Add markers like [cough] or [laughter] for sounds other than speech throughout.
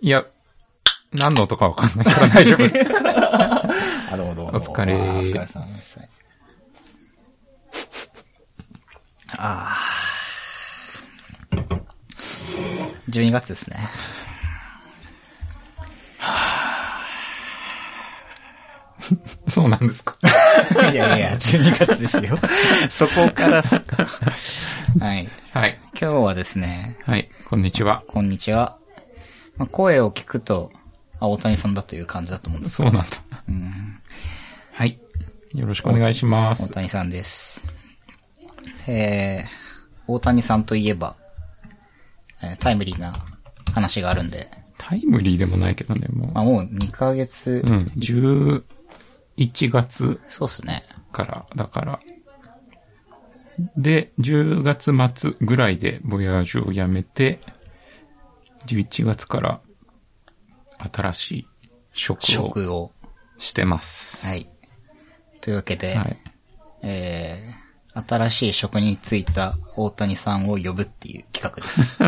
いや、何の音かわかんないから大丈夫。あ、どうもどうも。お疲れあーお疲れ様です。ああ。12月です [laughs] ね。そうなんですか。いやいや、12月です [laughs] よ。そこからっすか。はい。はい。今日はですね、はい。こんにちは。こんにちは。まあ、声を聞くと、あ、大谷さんだという感じだと思うんです。そうなんだ。はい。よろしくお願いしま大す。谷さんです。えー、大谷さんといえば、えータイムリーな話があるんで、タイムリーでもないけどね、もまあ、もう2ヶ月う。、うん。11月そうっすね。から、だから。で、10月末ぐらいでボヤージュをやめて、11月から新しい職を職を。してます。はい。というわけで、はい。えー、新しい職に就いた大谷さんを呼ぶっていう企画 [laughs] です。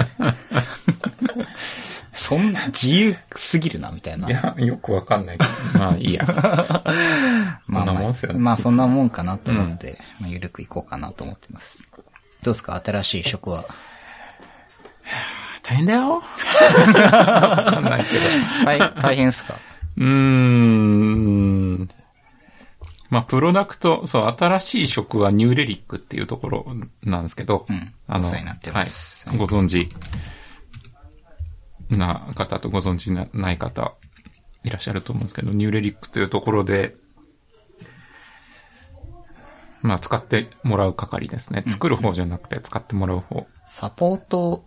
そんな自由すぎるな、みたいな。いや、よくわかんないけど。 [laughs] まあ、いいや。まそんあなもんっすよねまあそんなもんかなと思って、まあゆるくいこうかなと思ってます。どうですか新しい [laughs] 職は。大変だよ。わかんないけど。大、大変ですかうーん。まあ、プロダクト、そう、新しい職はニューレリックっていうところなんですけど、うんお世話になってますはい、ご存知な方とご存知なない方いらっしゃると思うんですけど、ニューレリックというところで、まあ、使ってもらう係ですね。作る方じゃなくて、使ってもらう方サポート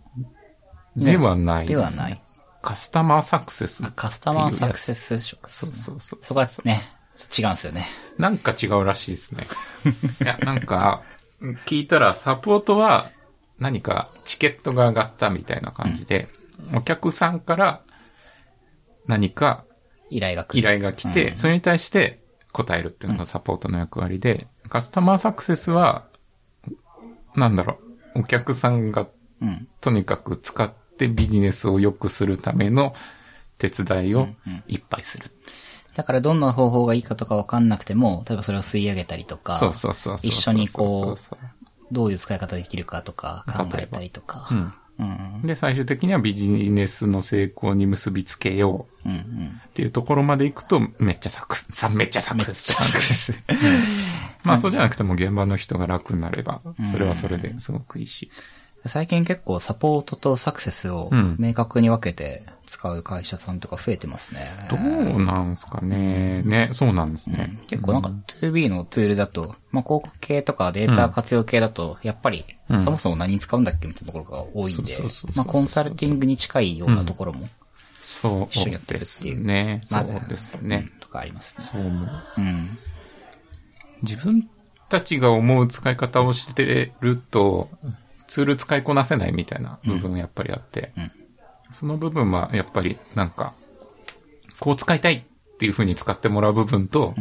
ではないではすねない。カスタマーサクセス。あカスタマーサクセ。ス職でそすうね。そうそう。そこはね、違うんですよね。なんか違うらしいですね。 [laughs] いや、なんか、聞いたらサポートは何かチケットが上がったみたいな感じで、お客さんから何か依頼が来る。依頼が来て、うんそれに対して答えるっていうのがサポートの役割で、カスタマーサクセスは、なんだろう、お客さんがうん。とにかく使ってビジネスを良くするための手伝いをいっぱいする。だからどんな方法がいいかとかわかんなくても、例えばそれを吸い上げたりとか、そうそうそうそう。一緒にこ、そうそうそうどういう使い方できるかとか考えたりとか。ううん。うん。で、最終的にはビジネスの成功に結びつけよううんうん。っていうところまで行くと、めっちゃサクセス、めっちゃサクセス。サクセス。まあそうじゃなくても現場の人が楽になれば、それはそれですごくいいし。最近結構サポートとサクセスをうん明確に分けて使う会社さんとか増えてますね。どうなんすかね。ね、そうなんですね。結構なんか 2B のツールだと、まあ、広告系とかデータ活用系だと、やっぱり、そもそも何に使うんだっけみたいなところが多いんでそうそうそうそう、まあ、コンサルティングに近いようなところも、そう一緒にやってるでってすいうね。そまあうですね。とかありますね。そう思う。うん。自分たちが思う使い方をしてると、ツール使いこなせないみたいな部分やっぱりあって、うんその部分はやっぱりなんか、こう使いたいっていう風に使ってもらう部分と、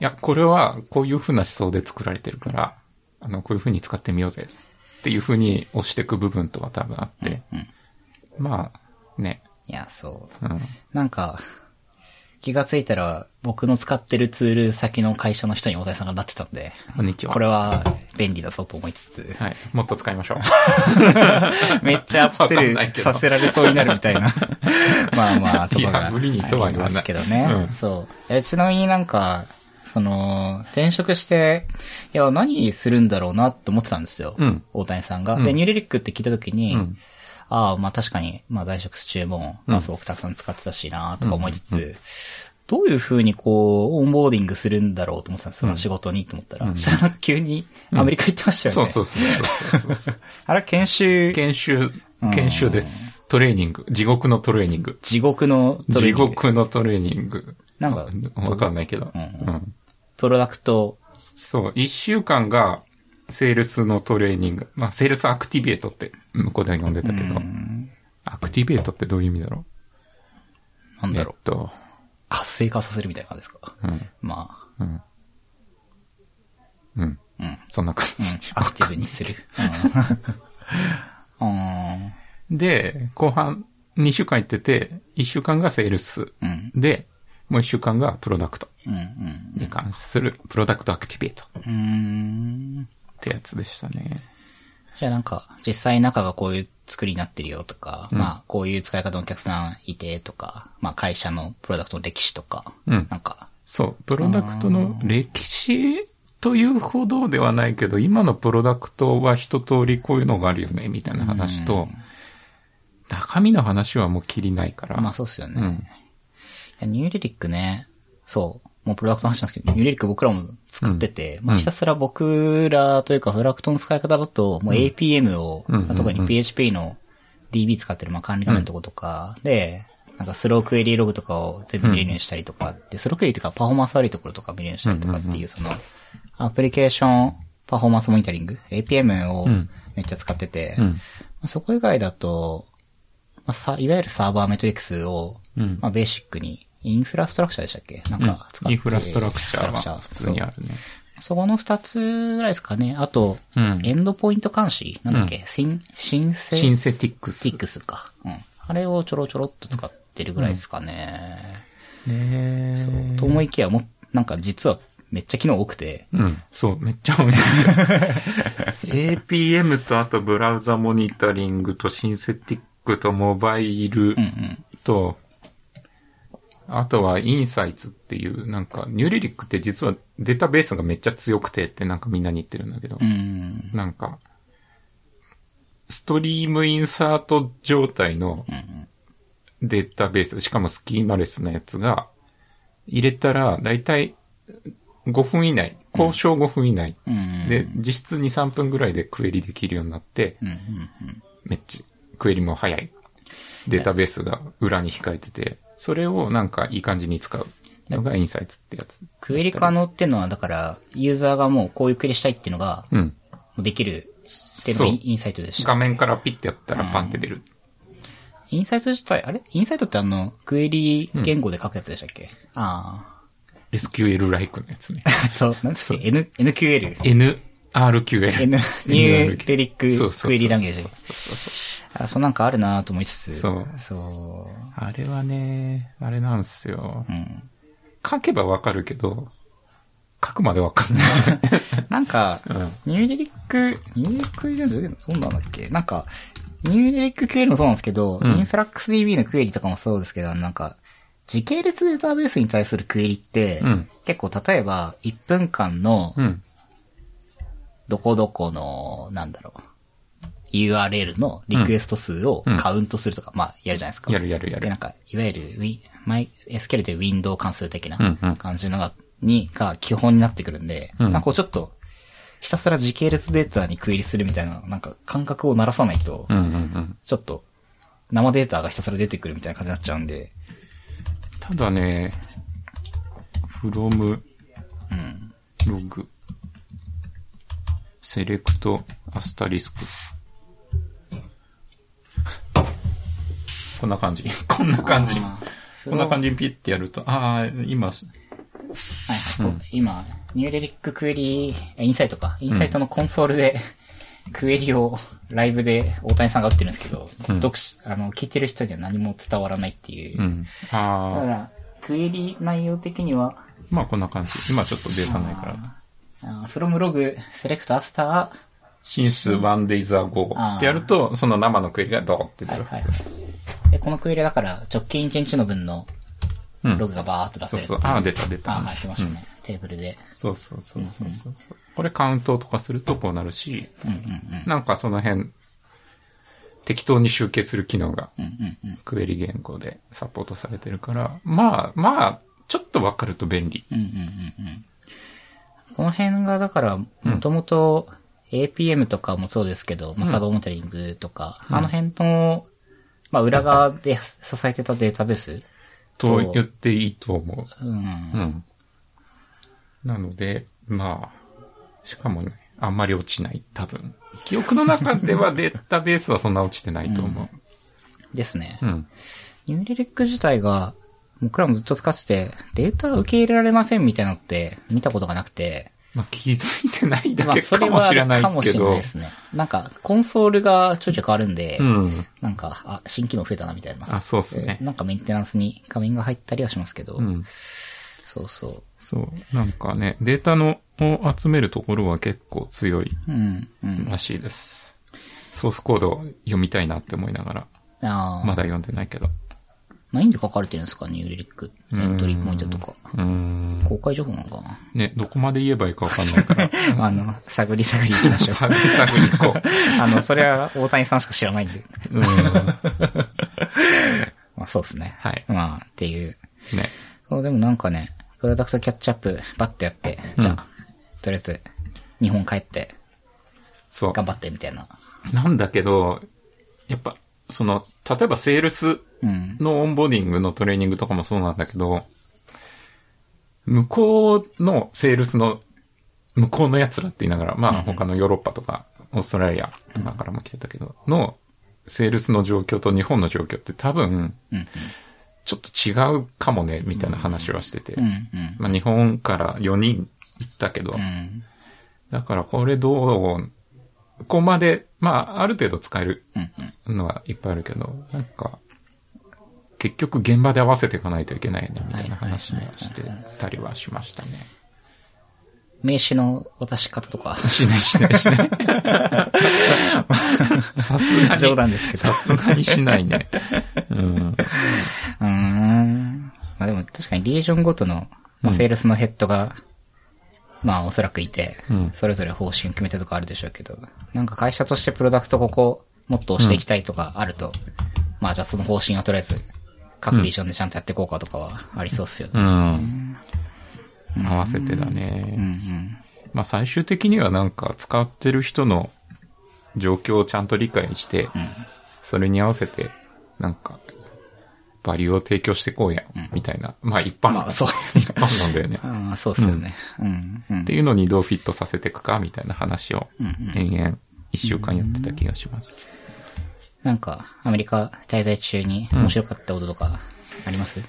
いや、これはこういう風な思想で作られてるから、あの、こういう風に使ってみようぜっていう風に押していく部分とは多分あって、まあ、ね、いや、そう。うん。なんか、気がついたら、僕の使ってるツール先の会社の人に大谷さんがなってたんで、こんにちは。これは便利だぞと思いつつ、はい。もっと使いましょう。めっちゃアップセわかんないルけどさせられそうになるみたい [laughs] な。まあまあ、ところいが。や無理にとは言わないありますけどね。うんそう。えちなみになんか、その、転職して、いや、何するんだろうなって思ってたんですよ。うん大谷さんが。で、ニューレリックって聞いたときに、んああ、まあ確かに、まあ在職中も、まあすごくたくさん使ってたしなとか思いつつ、どういう風にこう、オンボーディングするんだろうと思ってたんですよ。その仕事にと思ったら。そしたらなんか急にアメリカ行ってましたよね。そうそうそうそうそうそう。あれ研修研修、研修です。トレーニング。地獄のトレーニング。地獄のトレーニング地獄のトレーニング。なんか、わかんないけど。うんうんプロダクト、そう。一週間が、セールスのトレーニング。まあ、セールスアクティベートって、向こうでは呼んでたけど。アクティベートってどういう意味だろなんうだろうえ、っと、活性化させるみたいな感じですか。うん、まうん。うん。あ、うん。そんな感じ。アクティブにする。うん。うんで、後半、 2週間行ってて、1週間がセールスうん。で、もう1週間がプロダクトうん。うんに関するプロダクトアクティベートっうーん。てやつでしたね。じゃあなんか、実際中がこういう作りになってるよとか、まあ、こういう使い方のお客さんいてとか、まあ、会社のプロダクトの歴史とか、うんなんか、そう、プロダクトの歴史というほどではないけど、今のプロダクトは一通りこういうのがあるよね、みたいな話と、中身の話はもうきりないから。まあそうっすよね。うんいやニューリリックね、そう、もうプロダクトの話なんですけど、ニューリリック僕らも使ってて、まあひたすら僕らというかプロダクトの使い方だと、もう APM を、うんまあ特に PHP の DB 使ってる、まあ管理画面のとことかで、なんかスロークエリーログとかを全部入入したりとかって、スロークエリーとかパフォーマンス悪いところとか見入したりとかっていう、その、アプリケーションパフォーマンスモニタリング、APM をんめっちゃ使ってて、うん。まあそこ以外だと、まあ、さいわゆるサーバーメトリクスを、うんまあ、ベーシックに、インフラストラクチャーでしたっけなんか使って、インフラストラクチャーは普通にある。るね。そうそこの二つぐらいですかね。あと、うんエンドポイント監視なんだっけ、シン、シンセシンテセティックス。ィックスか。うん。あれをちょろちょろっと使ってるぐらいですかね。ねそそうと思いきやもう、なんか実はめっちゃ機能多くて、うん。そう、めっちゃ多いですよ。APM [laughs] とあとブラウザモニタリングとシンセティックとモバイルと、あとはインサイツっていう、なんか、ニューリリックって実はデータベースがめっちゃ強くてってなんかみんなに言ってるんだけど、うん。なんか、ストリームインサート状態のデータベース、しかもスキーマレスなやつが、入れたら、だいたい5分以内、交渉5分以内、うん。で、実質2、3分ぐらいでクエリできるようになって、うん、うん、うん。めっちゃ、クエリも早い。データベースが裏に控えてて、それをなんかいい感じに使うのがインサイツってやつ。クエリ可能ってのは、だから、ユーザーがもうこういうクエリしたいっていうのが、うん。できるっていうのそうがインインサイトでした。画面からピッてやったらパンって出る。インサイト自体、あれインサイトってあの、クエリ言語で書くやつでしたっけ、あ SQL ライクのやつね。あ。そう、なんですか ?N、NQL。 NRQL。 N、ニューレリックそうそうそうクエリランゲージ。そうそうそうそう。あ、そうなんかあるなと思いつつ。そうそあれはね、あれなんですよう。う。ん。書けばわかるけど、書くまでわかんない。 [laughs] なんか、んニューレリック、ニューレリッククエリランゲージもそうなんだっけなんか、ニューレリッククエリもそうなんですけど、うんインフラックス DB のクエリとかもそうですけど、なんか、時系列データベースに対するクエリって、うん結構例えば1分間のうん。どこどこの、なんだろう、URL のリクエスト数をカウントするとか、まあ、やるじゃないですか。やるやるやで、るなん。か、いわゆる、ウィ、マイ、SQL というウィンドウ関数的うんうんな感じのが、に、が基本になってくるんで、うんなんかこうちょっと、ひたすら時系列データに区切りするみたいな、なんか感覚を鳴らさないとう、んうんうん。ちょっと、生データがひたすら出てくるみたいな感じになっちゃうんで、ただね、from, うん。ログ、セレクト、アスタリスク。こんな感じ。こんな感じ。あーこんな感じにピッてやると、ああ、今、はい、今、ニューレリッククエリえインサイトか。インサイトのコンソールで、クエリをライブで大谷さんが打ってるんですけど、読し、あの、聞いてる人には何も伝わらないっていう。うん。だかああ、ら、クエリ内容的には、まあこんな感じ。今ちょっとデータないから。フロムログ、セレクトアスター、はシンスワンデイザーゴーってやると、その生のクエリがドーって出いるははいず。。で、このクエリだから、直近1日の分のうんログがバーっと出せそうる。そう。ああ、出た出た。あ、はい、出ましたね。テーブルで。そうそうそうそうそうそう。これカウントとかするとこうなるし、なんかその辺、適当に集計する機能がうんうんうん。クエリ言語でサポートされてるから、まあまあ、ちょっとわかると便利。うんうんうんうん。この辺が、だから、もともと APM とかもそうですけど、まあ、サーバーモニタリングとか、あの辺の、まあ、裏側で支えてたデータベース。と言っていいと思うん。う。うん。なので、まあ、しかもね、あんまり落ちない、多分。記憶の中ではデータベースはそんな落ちてないと思ですねう。う。ん。ニューレリック自体が、僕らもずっと使ってて、データ受け入れられませんみたいなのって見たことがなくて、まあ、気づいてないだまあけ、そかれもはあしれるないかもけしれないどで。すね。なんか、コンソールがちょいちょい変わるんで、うん。なんか、あ、新機能増えたなみたいな。あ、そうですねえ。なんかメンテナンスに画面が入ったりはしますけど、うん。そうそ。そう。なんかね、データのを集めるところは結構強いううん、うん。らしいです。ソースコード読みたいなって思いながら、ああ、まだ読んでないけど。何で書かれてるんですかニューリリック、エントリーポイントとか。うーん。公開情報なのかな、ね、どこまで言えばいいかわかんないから、 [laughs] あの、探り探り行きましょう。探り探り行こあの、それは大谷さんしか知らないんで。う。うん。はまあそうですね。い。まあ、っていう。ね。そう、でもなんかね、プロダクトキャッチアップ、バッとやって、うんじゃあ、とりあえず、日本帰って、そう。頑張って、みたいな。なんだけど、やっぱ、その、例えばセールスうん。のオンボーディングのトレーニングとかもそうなんだけど、向こうのセールスの、向こうの奴らって言いながら、まあ他のヨーロッパとか、オーストラリアとかからも来てたけど、の、セールスの状況と日本の状況って多分、うん。ちょっと違うかもね、みたいな話はしててうん。。うん。まあ日本から4人行ったけどう、ん。だからこれどう、ここまで、まあある程度使えるうん。うんのはいっぱいあるけど、なんか、結局現場で合わせていかないといけないね、みたいな話をしてたりはしましたね。名刺の渡し方と [laughs] か、しないしないしない。さす [laughs] がに。冗談ですけどさ。すがにしないね。うん。うーん。まあでも確かにリージョンごとの、まあセールスのヘッドが、まあおそらくいて、うんそれぞれ方針決めてとかあるでしょうけど、なんか会社としてプロダクトここもっと押していきたいとかあると、まあじゃあその方針をとりあえず、各リージョンでちゃんとやっていこうかとかはありそうっすようね。ん。合わせてだね。うんうん。まあ最終的にはなんか使ってる人の状況をちゃんと理解して、それに合わせて、なんか、バリューを提供してこうや、みたいな。まあ一般まあそう。一般なんだよね。ああ、そうっすよね。うん。うんっていうのにどうフィットさせていくかみたいな話を延々一週間やってた気がします。なんか、アメリカ滞在中に面白かったこととかあります、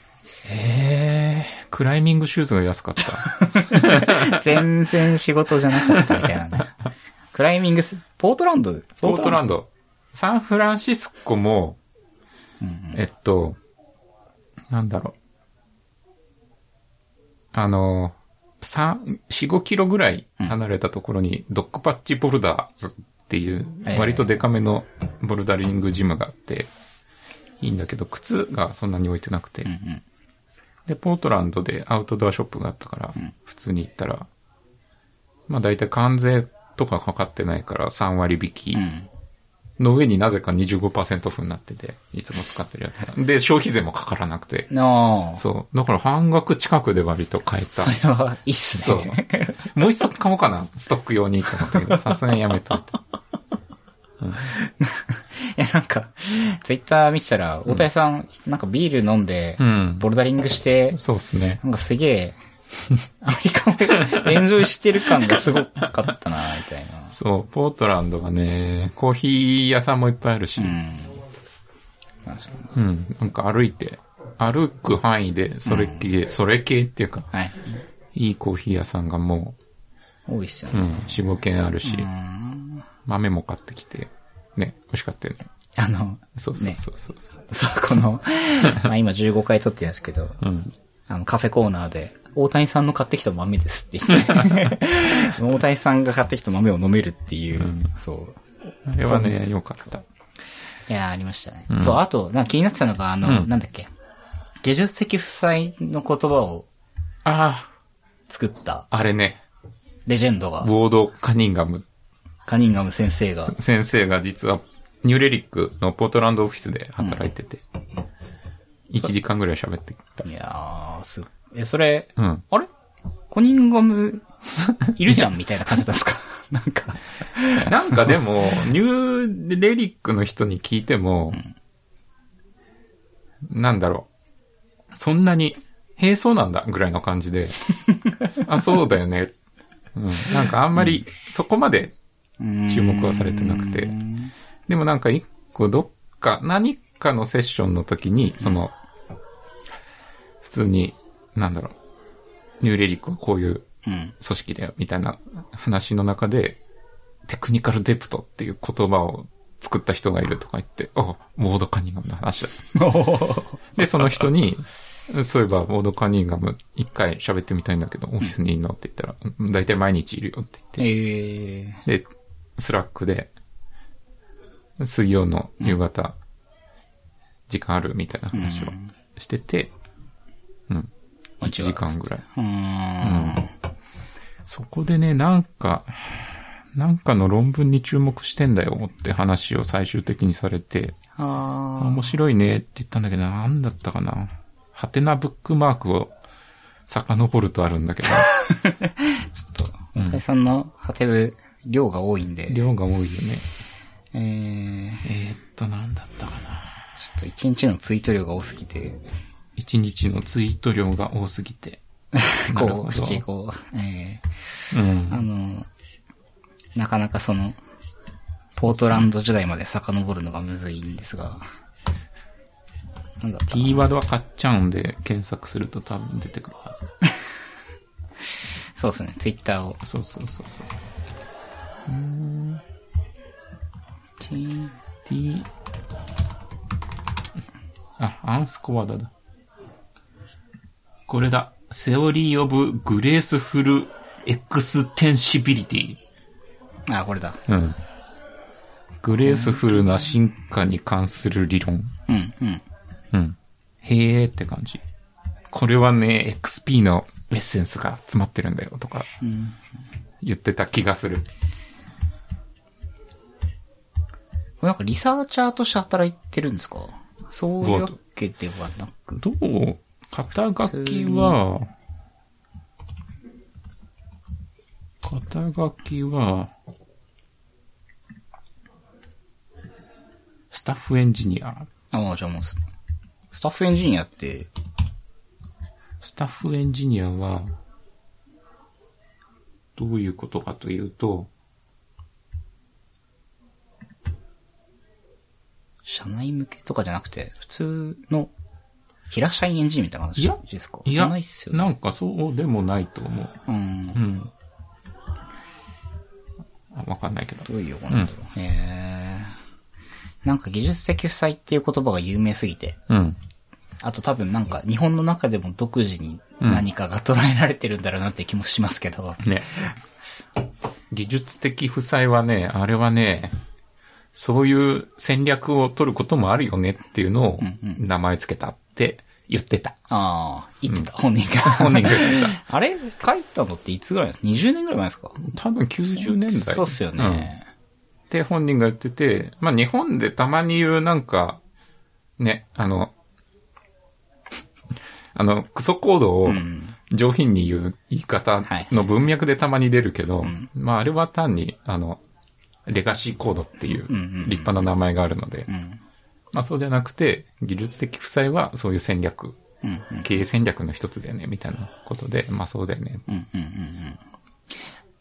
えー、クライミングシューズが安かった。全然仕事じゃなかったみたい [laughs] なね。クライミングス、ポートランドポートランド。サンフランシスコも、えっと、なんだろう。あの、三、四五キロぐらい離れたところに、ドックパッチボルダーズっていうはい、割とデカめのボルダリングジムがあって、いいんだけど、靴がそんなに置いてなくて、うんうんで、ポートランドでアウトドアショップがあったから、普通に行ったら、まあ大体関税とかかかってないから3割引きんの上になぜか25%オフになってて、いつも使ってるやつが。で、消費税もかからなくて。なあ。そう。だから半額近くで割と買えそれた。はいいっすそうね。。もう一足買おうかな。ストック用にと思ったけ [laughs] ど、さすがにやめといた。いや、なんか、ツイッター見てたら、大谷さん、なんかビール飲んでう、ん。ボルダリングして、そうっすね。なんかすげえ、アメリカをエンジョイしてる感がすごかったな、みたいな。そう、ポートランドはね、コーヒー屋さんもいっぱいあるし、うん。確かにうん。なんか歩いて、歩く範囲で、それ系、それ系っていうか、はい。いいコーヒー屋さんがも多いっすよう、うね。ん、4、5軒あるし、うん豆も買ってきて、ね、美味しかったよね。あの、そうそうそうそう。そう、この、まあ今15回撮ってるんですけど、うん。あの、カフェコーナーで、大谷さんの買ってきた豆ですって言って、 [laughs] 大谷さんが買ってきた豆を飲めるっていう、そう。あれはね、良かった。いやー、ありましたね。そう、あと、なんか気になってたのが、あの、うんなんだっけ、芸術的負債の言葉をあ作ったあ、あれね、レジェンドウが、ォード・カニンガムカニンガム先生が、先生が実は、ニューレリックのポートランドオフィスで働いてて、1時間ぐらい喋ってきた。いやー、す、え、それ、うん。あれカニンガム、いるじゃんみたいな感じだったんですか [laughs] なんか、 [laughs] なんかでも、ニューレリックの人に聞いても、なんだろう。そんなに、へえ、そうなんだ、ぐらいの感じで。あ、そうだよね。うん。なんかあんまり、そこまで注目はされてなくて。でもなんか一個どっか、何かのセッションの時に、その、普通に、なんだろう。ニューレリックはこういううん。組織だよ、みたいな話の中で、テクニカルデプトっていう言葉を作った人がいるとか言って、あ、モードカニガムの話だ。で、その人に、 [laughs] そういえば、モードカニガム一回喋ってみたいんだけど、オフィスにいるのって言ったら、うん大体毎日いるよって言っええて。で、スラックで、水曜の夕方、時間あるみたいな話をしてて、うん。1時間ぐらい。ー。うーん。そこでね、なんか、なんかの論文に注目してんだよって話を最終的にされて、あー面白いねって言ったんだけど、なんだったかな。ハテナブックマークを遡るとあるんだけど、ちょっと、大谷さんのハテブ、量が多いんで、量が多いよね。えー、えー、っと、なんだったかな。ちょっと一日のツイート量が多すぎて、一日のツイート量が多すぎて。なるほ [laughs] どこう、七五、えうーん。あの、なかなかその、ポートランド時代まで遡るのがむずいんですが、なんだったかな T ワードは買っちゃうんで、検索すると多分出てくるはず。そうですね、ツイッターを。そうそうそうそう。 T- T、あ、アンスコワダだ。これだ。セオリーオブグレースフルエクステンシビリティ。あ、これだ。うん。グレースフルな進化に関する理論。うん、うん。うん。へーって感じ。これはね、XP のエッセンスが詰まってるんだよとかん、言ってた気がする。これなんかリサーチャーとして働いてるんですかそういうわけではなく。どう肩書きは、肩書きは、スタッフエンジニア。ああ、じゃあもうス、スタッフエンジニアって、スタッフエンジニアは、どういうことかというと、社内向けとかじゃなくて、普通の、平社員エンジンみたいな話いやですかいじゃや、ないっすよね。なんかそうでもないと思う。うんう。ん。あわかんないけど。どういう横なんだろう。へーなんか技術的負債っていう言葉が有名すぎて、うん。あと多分なんか日本の中でも独自に何かが捉えられてるんだろうなって気もしますけど、ね。技術的負債はね、あれはね、そういう戦略を取ることもあるよねっていうのを名前つけたって言ってた。ああ、言ってた、本人が。 [laughs] 本人が言って [laughs] あれ書いたのっていつぐらいです ?20 年ぐらい前ですかた。多分90年代。そうっすよね。うん。って本人が言ってて、まあ日本でたまに言うなんか、ね、あの、 [laughs] あの、クソコードを上品に言う言い方の文脈でたまに出るけど、まああれは単に、あの、レガシーコードっていううんうんうん立派な名前があるので、うん。まあそうじゃなくて、技術的負債はそういう戦略、うん。うん。経営戦略の一つだよね、みたいなことで、まあそうだよね。うんうんうんうん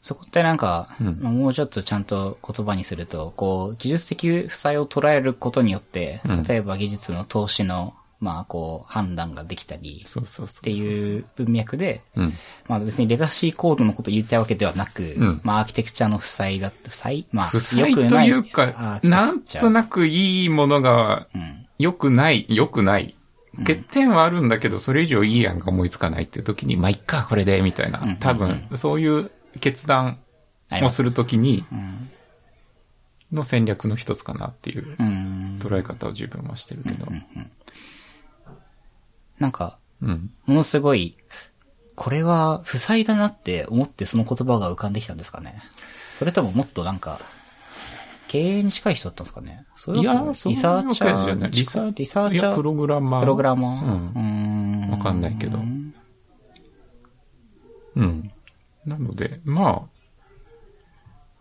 そこってなんか、まあもうちょっとちゃんと言葉にすると、こう、技術的負債を捉えることによって、例えば技術の投資の、まあ、こう、判断ができたり、っそうそうそうそう。ていう文脈で、うん。まあ別にレガシーコードのことを言いたいわけではなく、んまあアーキテクチャの負債だって、負債まあ、負債という良くか、いアなんーキテクチャとなくいいものがうん。良くない、良くない。欠点はあるんだけど、それ以上いい案が思いつかないっていう時に、まあ、いっか、これで、みたいな。多分、そういう決断ありをます。するときにん、の戦略の一つかなっていううん。捉え方を自分はしてるけど。なんか、うん。ものすごい、これは負債だなって思ってその言葉が浮かんできたんですかね。それとももっとなんか、経営に近い人だったんですかね。それいはもや、うそういリうサわーけチじャゃなーい。リサーリサーいチャやープログラマー。プログラマー。うんんわかんないけど。うん。なので、ま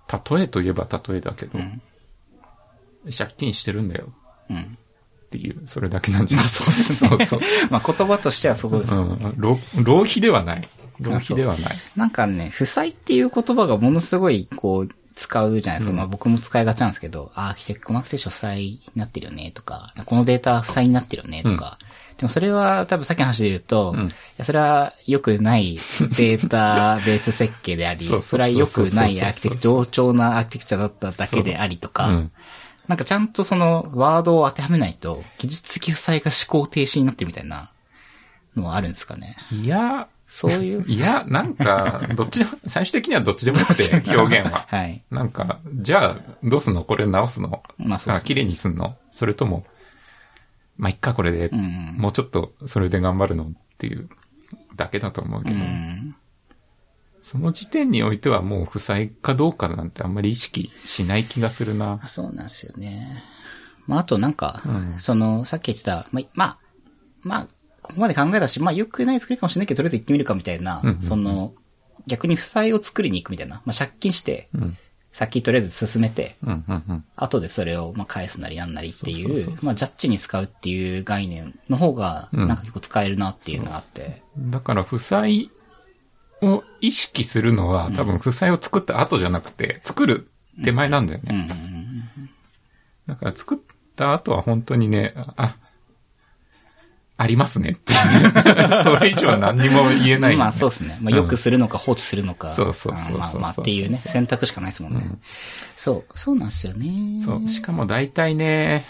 あ、例えといえば例えだけど、借金してるんだようん。っていう、それだけなんじゃないそう [laughs] そうそう。 [laughs] まあ言葉としてはそこで [laughs] す。うん、浪浪費ではない。浪費ではない。なんかね、負債っていう言葉がものすごい、こう、使うじゃないですか。まあ僕も使いがちなんですけど、ああ、結構マークテーション負債になってるよね、とか、このデータ負債になってるよね、とか。でもそれは多分さっきの話で言うと、うんいやそれは良くないデータベース設計であり、 [laughs] そうそうそうそれは良くないアーキテクチャ、同調なアーキテクチャだっただけでありとか、うんなんかちゃんとそのワードを当てはめないと、技術的負債が思考停止になってるみたいなのはあるんですかね。いや、そうい [laughs] う。いや、なんか、どっちでも、最終的にはどっちでもよくて、表現は。はい。なんか、じゃあ、どうすんのこれ直すのまあそうっあすね綺麗にすんのそれとも、まあ、いっか、これで、うんもうちょっと、それで頑張るのっていうだけだと思うけうど、ん。その時点においてはもう、負債かどうかなんてあんまり意識しない気がするなまあ。そうなんですよね。まあ、あとなんか、うんその、さっき言ってた、まあ、まあ、まあ、ここまで考えたし、まあ、良くない作りかもしれないけど、とりあえず行ってみるかみたいな、うんうんうんその、逆に負債を作りに行くみたいな、まあ、借金して、うん。先とりあえず進めて、うん、うん、うん。後でそれをまあ返すなりなんなりっていそうそうそうう、そうまあ、ジャッジに使うっていう概念の方が、うんなんか結構使えるなっていうのがあって、だから、負債を意識するのは、多分、負債を作った後じゃなくて、作る手前なんだよね。うんうんうん。だから、作った後は本当にね、あ、ありますね [laughs] っていう。それ以上は何にも言えないよね、まあそうですね。まあよくするのか放置するのか。そうそうそうそうあまあまあっていそううね、そうそう選択しかないですもんね。そう、そうなんですよね。そう。しかも大体ね、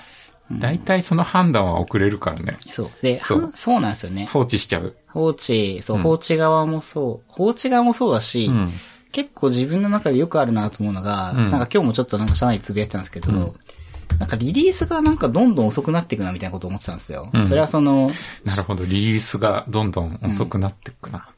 大体その判断は遅れるからね。そう。で、そうはそうなんですよね。放置しちゃう。放置、そう、うん放置側もそう。放置側もそうだし、うん結構自分の中でよくあるなと思うのが、うんなんか今日もちょっとなんか社内でつぶやいてたんですけど、なんかリリースがなんかどんどん遅くなっていくなみたいなこと思ってたんですよ。うんそれはその、なるほど。リリースがどんどん遅くなっていくな。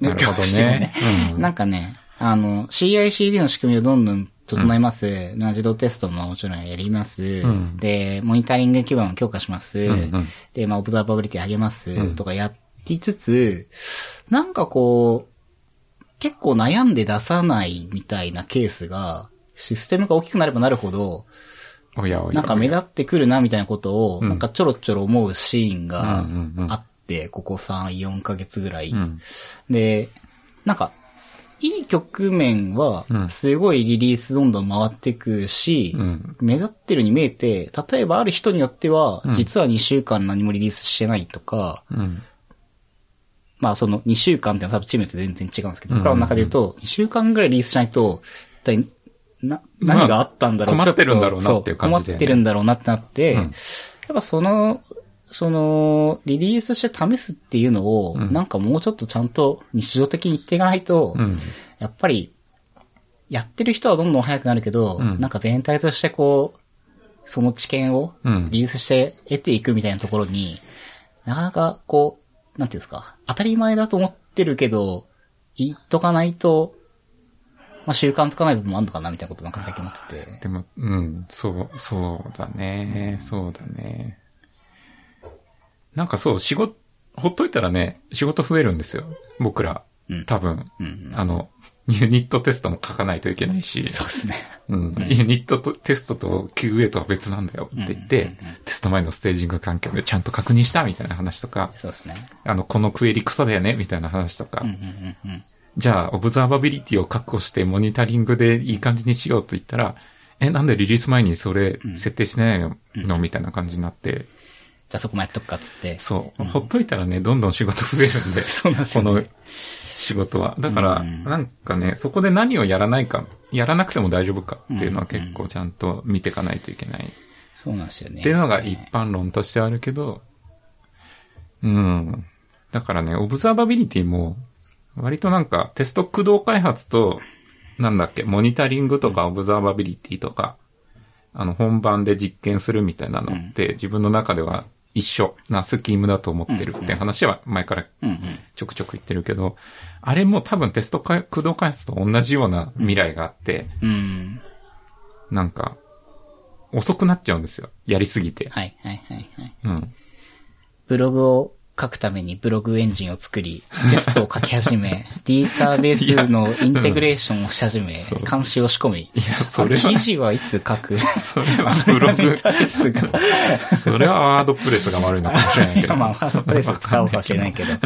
なるほかどもしれないね。うんなんかね、あの、CICD の仕組みをどんどん整えます。まあ自動テストももちろんやります。んで、モニタリング基盤を強化します。んうんで、まあ、オブザーバビリティ上げます。とかやりつつ、なんかこう、結構悩んで出さないみたいなケースが、システムが大きくなればなるほど、おやおや。なんか目立ってくるなみたいなことを、なんかちょろちょろ思うシーンがうんうんうんあって、ここ3、4ヶ月ぐらい。うん。で、なんか、いい局面はう、んすごいリリースどんどん回ってくし、うん目立ってるに見えて、例えばある人によっては、うん実は2週間何もリリースしてないとか、うん。まあその2週間ってのは多分チームによって全然違うんですけど、うん僕らの中で言うと、2週間ぐらいリリースしないと、一体な、何があったんだろう、まあちょと困ってるんだろうなっていう感じでそ困ってるんだろうなってなって、やっぱその、その、リリースして試すっていうのを、んなんかもうちょっとちゃんと日常的に言っていかないと、うん。やっぱり、やってる人はどんどん早くなるけど、うんなんか全体としてこう、その知見をうんリリースして得ていくみたいなところに、なかなかこう、なんていうんですか、当たり前だと思ってるけど、言っとかないと、まあ、習慣つかない部分もあるのかなみたいなことなんか最近思ってて。でも、うん、そう、そうだね、そうだね。なんかそう、仕事、ほっといたらね、仕事増えるんですよ。僕らうん。多分、うん。あの、ユニットテストも書かないといけないし、そうですね。うん、ユニットとテストと QA とは別なんだよって言って、テスト前のステージング環境でちゃんと確認したみたいな話とか、そうですね。あの、このクエリクソだよねみたいな話とか、うんうんうんうん。じゃあ、オブザーバビリティを確保してモニタリングでいい感じにしようと言ったら、え、なんでリリース前にそれ設定してないの,、みたいな感じになって、じゃあそこもやっとくかっつって。そう、ほっといたらね、どんどん仕事増えるんで、そうなんですよこねの仕事は。だから、うんなんかね、そこで何をやらないか、やらなくても大丈夫かっていうのは結構ちゃんと見ていかないといけない。そうなんですよね。っていうのが一般論としてあるけど、うん。だからね、オブザーバビリティも、割となんかテスト駆動開発と、なんだっけ、モニタリングとかオブザーバビリティとか、あの、本番で実験するみたいなのって、自分の中では一緒なスキームだと思ってるって話は前からうんうん。ちょくちょく言ってるけど、あれも多分テストか駆動開発と同じような未来があって、うん。なんか、遅くなっちゃうんですよ。やりすぎて。はいはいはいはい。うん。ブログを書くためにブログエンジンを作り、テストを書き始 [laughs] め、データベースのインテグレーションをし始め、そう監視を仕込み、それは記事はいつ書 [laughs] くそれはブログデー、タベースがそれはワードプレスが悪いのかもしれないけいやど。。まあ、ワードプレス使うかもしれないいけど。い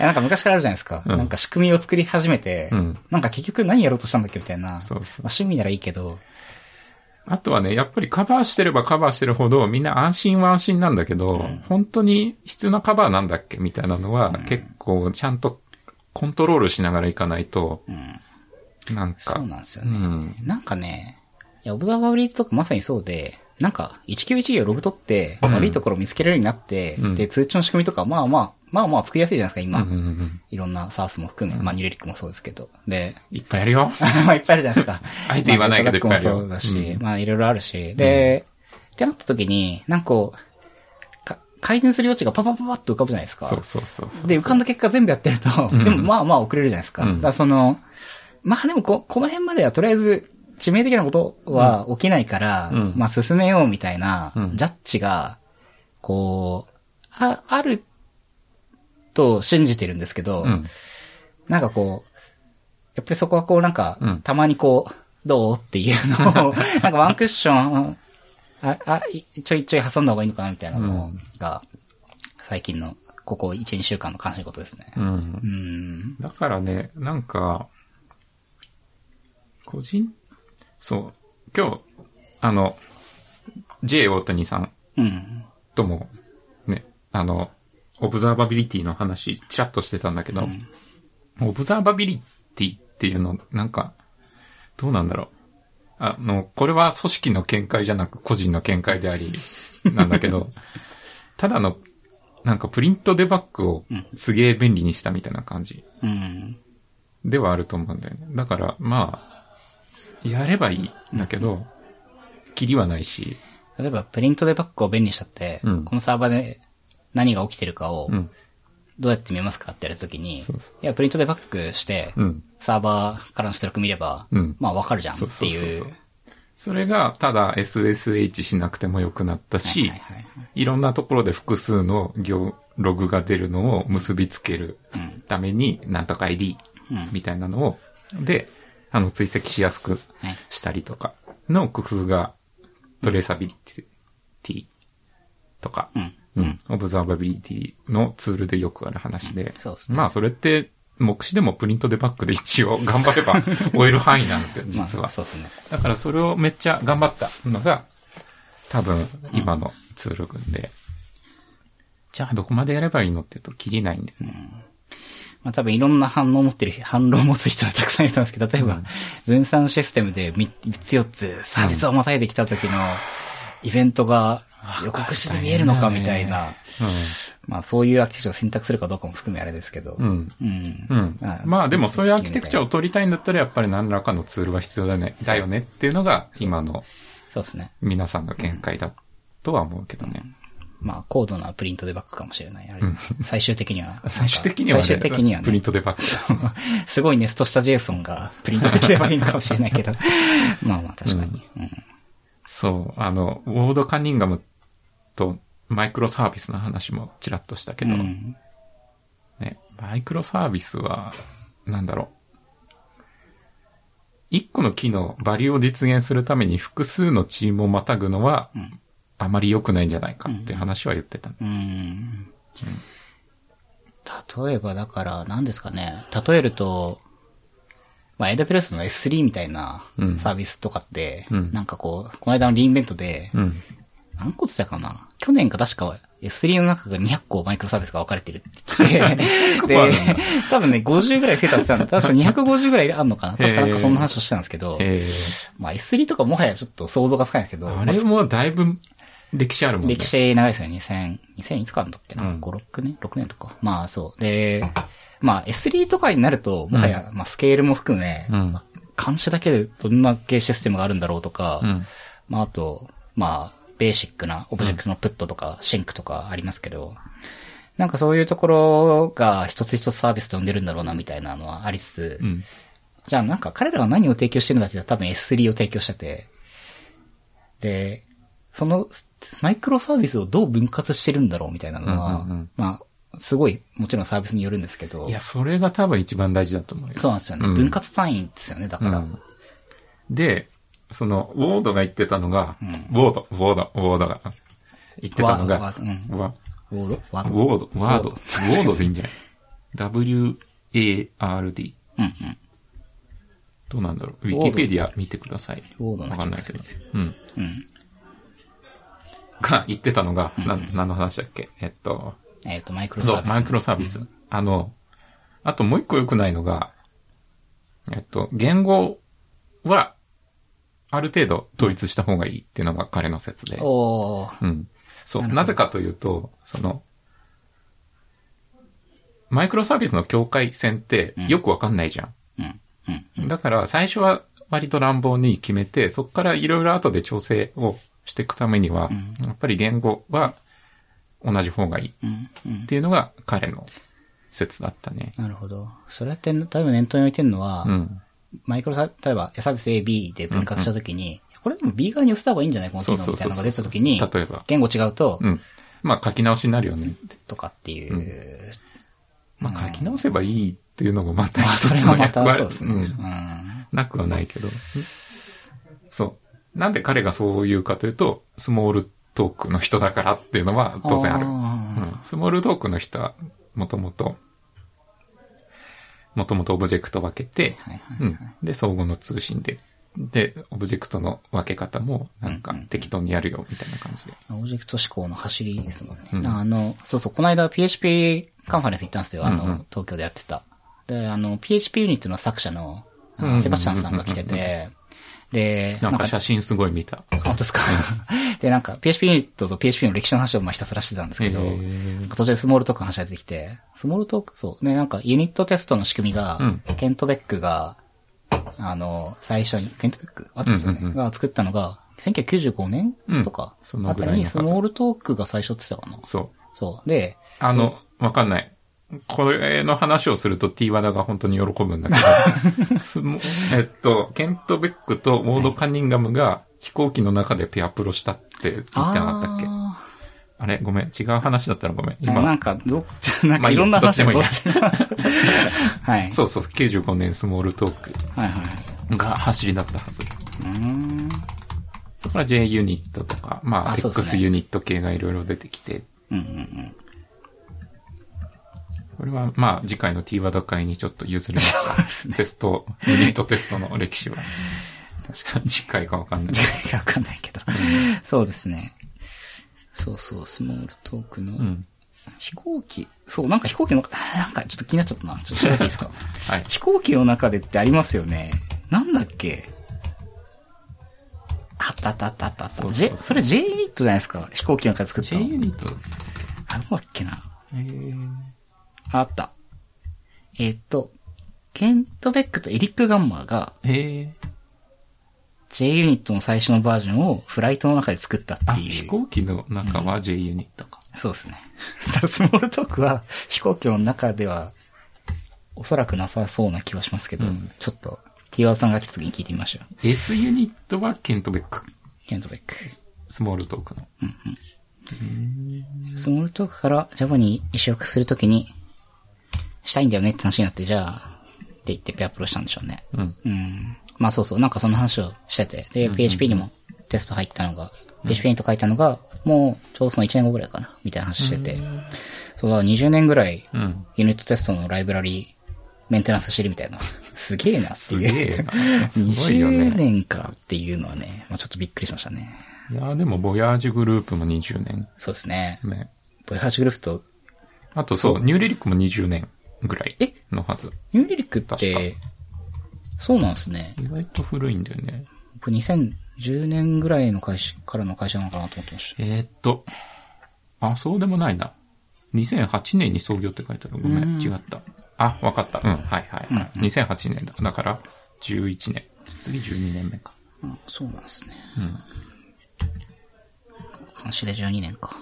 やなんか昔からあるじゃないですか。うんなんか仕組みを作り始めて、うんなんか結局何やろうとしたんだっけみたいな。そうそうまあ、趣味ならいいけど、あとはね、やっぱりカバーしてればカバーしてるほど、みんな安心は安心なんだけど、本当に必要なカバーなんだっけみたいなのは、結構ちゃんとコントロールしながらいかないと、んなんか。そうなんですようね。ん。なんかね、いや、オブザーバビリティとかまさにそうで、なんか、1914をログ取って、ん悪いところを見つけられるようになって、うんで、通知の仕組みとか、まあまあ、まあまあ作りやすいじゃないですか、今。うんうんうんいろんな SARS も含め、まあ、ニュレリックもそうですけど。で、 [laughs] いっぱいあるよ。まあ、いっぱいあるじゃないですか。あえて言わないけどいっぱいあるよまそうだし、まあ、いろいろあるし。で、ってなった時に、なんかこう、か改善する余地がパパパパッと浮かぶじゃないですか。そうそうそうそう。で、浮かんだ結果全部やってると、でもまあまあ遅れるじゃないですか。うんだからその、まあでもこ、この辺まではとりあえず、致命的なことは起きないから、うんまあ進めようみたいな、うんジャッジが、こう、あ、ある、と信じてるんですけど、うん。なんかこう、やっぱりそこはこうなんか、うんたまにこう、どうっていう [laughs] のを、なんかワンクッション、あ、あ、いちょいちょい挟んだ方がいいのかなみたいなのが、最近の、ここ1、2週間の関心事ですね。うんう。ん。だからね、なんか、個人、そう、今日、あの、J 大谷さんうん。とも、ね、あの、オブザーバビリティの話、ちらっとしてたんだけど、オブザーバビリティっていうの、なんか、どうなんだろう。あの、これは組織の見解じゃなく個人の見解であり、なんだけど、ただの、なんかプリントデバッグをすげえ便利にしたみたいな感じ。うん。ではあると思うんだよね。だから、まあ、やればいいんだけど、キリはないし、例えば、プリントでバッグを便利にしたって、うんこのサーバーで何が起きてるかをう、ん、どうやって見ますかってやるときに、そうそいや、プリントでバッグして、うん、サーバーからの出力見れば、うんまあわかるじゃんってそういう。そうそうそう。それが、ただ SSH しなくてもよくなったし、はいいはいはい。ろんなところで複数の行、ログが出るのを結びつけるために、なんとか ID うんみたいなのを、で、あの、追跡しやすくはいしたりとかの工夫が、トレーサビリティとか、うん。うん。オブザーバビリティのツールでよくある話で。そうですねまあ、それって、目視でもプリントデバッグで一応頑張れば [laughs] 終える範囲なんですよ、実まあは。そうですね。だからそれをめっちゃ頑張ったのが、多分今のツール群で。じゃあ、どこまでやればいいのって言うと、切りないんだよね。まあ多分いろんな反応を持ってる、 [laughs] 反論を持つ人はたくさんいると思うんですけど、例えば、分散システムで3つ4つサービスをまたいできた時のイベントが予告して見えるのかみたいな、まあそういうアーキテクチャを選択するかどうかも含めあれですけど、ううん。ん。うん。うんあ。まあでもそういうアーキテクチャを取りたいんだったらやっぱり何らかのツールは必要だね、だよねっていうのが今のそうですね。皆さんの見解だとは思うけどね。まあ高度なプリントデバッグかもしれない。あれ最終的には。 [laughs] 最終的にはね、最終的にはねプリントデバッグです。 [laughs] すごいネストした JSON がプリントできればいいのかもしれな [laughs] いけど。まあまあ確かに。うん。そう、あの、ウォード・カニンガムとマイクロサービスの話もちらっとしたけど、うんね、マイクロサービスは、なんだろう。一個の機能、バリューを実現するために複数のチームをまたぐのは、あまり良くないんじゃないかっていう話は言ってた。うん例えばだから、何ですかね。例えると、まあ、AWS の S3 みたいなうんサービスとかって、うんなんかこう、この間のリーンイベントで、うん。何個つったかな去年か確か S3 の中が200個マイクロサービスが分かれてるって [laughs] 言って個あるでんだ、多分ね、50ぐらい増えたって言ってたんだ。確か250ぐらいあんのかな確かなんかそんな話をしてたんですけど、えまあ S3 とかもはやちょっと想像がつかないですけど、ー、あれもだいぶ歴史あるもんね。歴史長いですよ、2000、2000いつからだったっけな、うん ?5、6年 ?6 年とか。まあそう。で、まあ S3 とかになると、もはや、まあスケールも含め、うん。監視だけでどんだけシステムがあるんだろうとか、うん。まああと、まあ、ベーシックなオブジェクトのプットとか、シンクとかありますけど、なんかそういうところが一つ一つサービスと呼んでるんだろうな、みたいなのはありつつ、うん。じゃあなんか彼らが何を提供してるんだって言ったら多分 S3 を提供してて、で、そのマイクロサービスをどう分割してるんだろうみたいなのうんうんうは、んまあ、すごい、もちろんサービスによるんですけどい、や、それが多分一番大事だと思うよ。そうなんですよね。うん分割単位ですよね、だから。うんで、その、ウォードが言ってたのが、んウォード、ウォード、ウォードが言ってたのがワ、ーわウォードワウードォード、ワード、ウワォードでいいんじゃない ?W-A-R-D。うんうん。どうなんだろう。ウォーィドキペディア見てください。ウォードなわか気んがないすけるど。うん。うん。が言ってたのが、な、何の話だっけえっと、えっと、マイクロサそーう、ビス。マイクロサービス。あの、あともう一個良くないのが、えっと、言語は、ある程度統一した方がいいっていうのが彼の説で。おー。うん。そう。なぜかというと、その、マイクロサービスの境界線ってよくわかんないじゃん。うん。うん。だから最初は割と乱暴に決めて、そこからいろいろ後で調整をしていくためには、やっぱり言語は同じ方がいいうん。うんっ。ていうのが彼の説だったね。なるほど。それって、多分念頭に置いてるのは、うん。マイクロサービス、例えばサービス A、B で分割したときに、いやこれでも B 側に寄せた方がいいんじゃないこの機そうそ能うみたそいうなのそがう。出たときに、例えば。言語違うと、うん。まあ書き直しになるよねって。とかっていう、まあ書き直せばいいっていうのもまた [laughs] まあ一そつれのはま役た割。そうですね。ううんん。なくはないけど。そう。なんで彼がそう言うかというと、スモールトークの人だからっていうのは当然ある。あうん、スモールトークの人は、もともと、もともとオブジェクト分けて、ーはいはいうん。で、相互の通信で。で、オブジェクトの分け方も、なんか適当にやるよ、みたいな感じで。オブジェクト思考の走りですもんね。うんあの、そうそう、この間 PHP カンファレンス行ったんですよ。あの、うんうん東京でやってた。で、あの、PHP ユニットの作者の、あうんうんうんうんセバスチャンさんが来てて、で、なんか写真すごい見た。あ本当ですかで、なんか PHP ユニットと PHP の歴史の話をまあひたすらしてたんですけど、へーなんか途中でスモールトークの話が出てきて、スモールトーク、そう、ね、なんかユニットテストの仕組みが、うんケントベックが、あの、最初に、ケントベックあってますよね、うんうんうんが作ったのが、1995年うんとか、そのあぐたらりいのに数スモールトークが最初って言ってたかな。そう。そう。で、あの、わかんない。これの話をすると T 和田が本当に喜ぶんだけ [laughs] ど、すもえっと、ケント・ベックとウォード・カンニンガムが飛行機の中でペアプロしたって言ってなかったっけああれごめん。違う話だったらごめん。ーな今、んか、どっち、なんまあかいいいよろんな話がどどっっちちはい。 [laughs] そうそう、95年スモールトークはいはい。が走りだったはず。うーん。そこから J ユニットとか、まあ、あそうですね X ユニット系がいろいろ出てきて、うんうんうん。これはまあ、次回の T 和田会にちょっと譲りますか。すテスト、ユニットテストの歴史は。確かに次回かわかんない。いやわかんないけど。そうですね。そうそう、スモールトークの、うん。飛行機、そう、なんか飛行機の、あーなんかちょっと気になっちゃったな。ちょっと調べていいですか [laughs] はい。飛行機の中でってありますよね。なんだっけあったあったあったあったあった。そうそうそう J- それ J ユニットじゃないですか飛行機の中で作った J の。ユニットあ、どうだっけな。えーあった。えーっと、ケントベックとエリック・ガンマーがえー J ユニットの最初のバージョンをフライトの中で作ったあ、っていう。飛行機の中は J ユニットか。そうですね。ただスモールトー [laughs] クは飛行機の中ではおそらくなさそうな気はしますけど、うんちょっと T1 さんが次に聞いてみましょう。 S ユニットはケントベック。ケントベック。スモールトークの。スモールトークから Java に移植するときにしたいんだよねって話になって、じゃあ、って言ってペアプロしたんでしょうね。うん。うん。まあそうそう、なんかその話をしてて。で、PHP にもテスト入ったのが、PHP にと書いたのが、もうちょうどその1年後ぐらいかな、みたいな話してて。そうだ、20年ぐらい、うん。ユニットテストのライブラリー、メンテナンスしてるみたいな。 [laughs] すげえなってすいう。げえな。すごいよ20ね。年かっていうのはね、まあちょっとびっくりしましたね。いやーでも、ボヤージュグループも20年。そうですね。ね。ボイハーチグループと、あとそう、ニューレリックも20年ぐらいのはず。ユーリリックっ確て、そうなんですね。意外と古いんだよね。僕2010年ぐらいの会社からの会社なのかなと思ってました。えーっと、あ、そうでもないな。2008年に創業って書いてある。ごめん、違った。あ、わかった。うん、はいはい、はい2008年だ。だから、11年。次12年目か。あそうなんですね。うん。監視で12年か。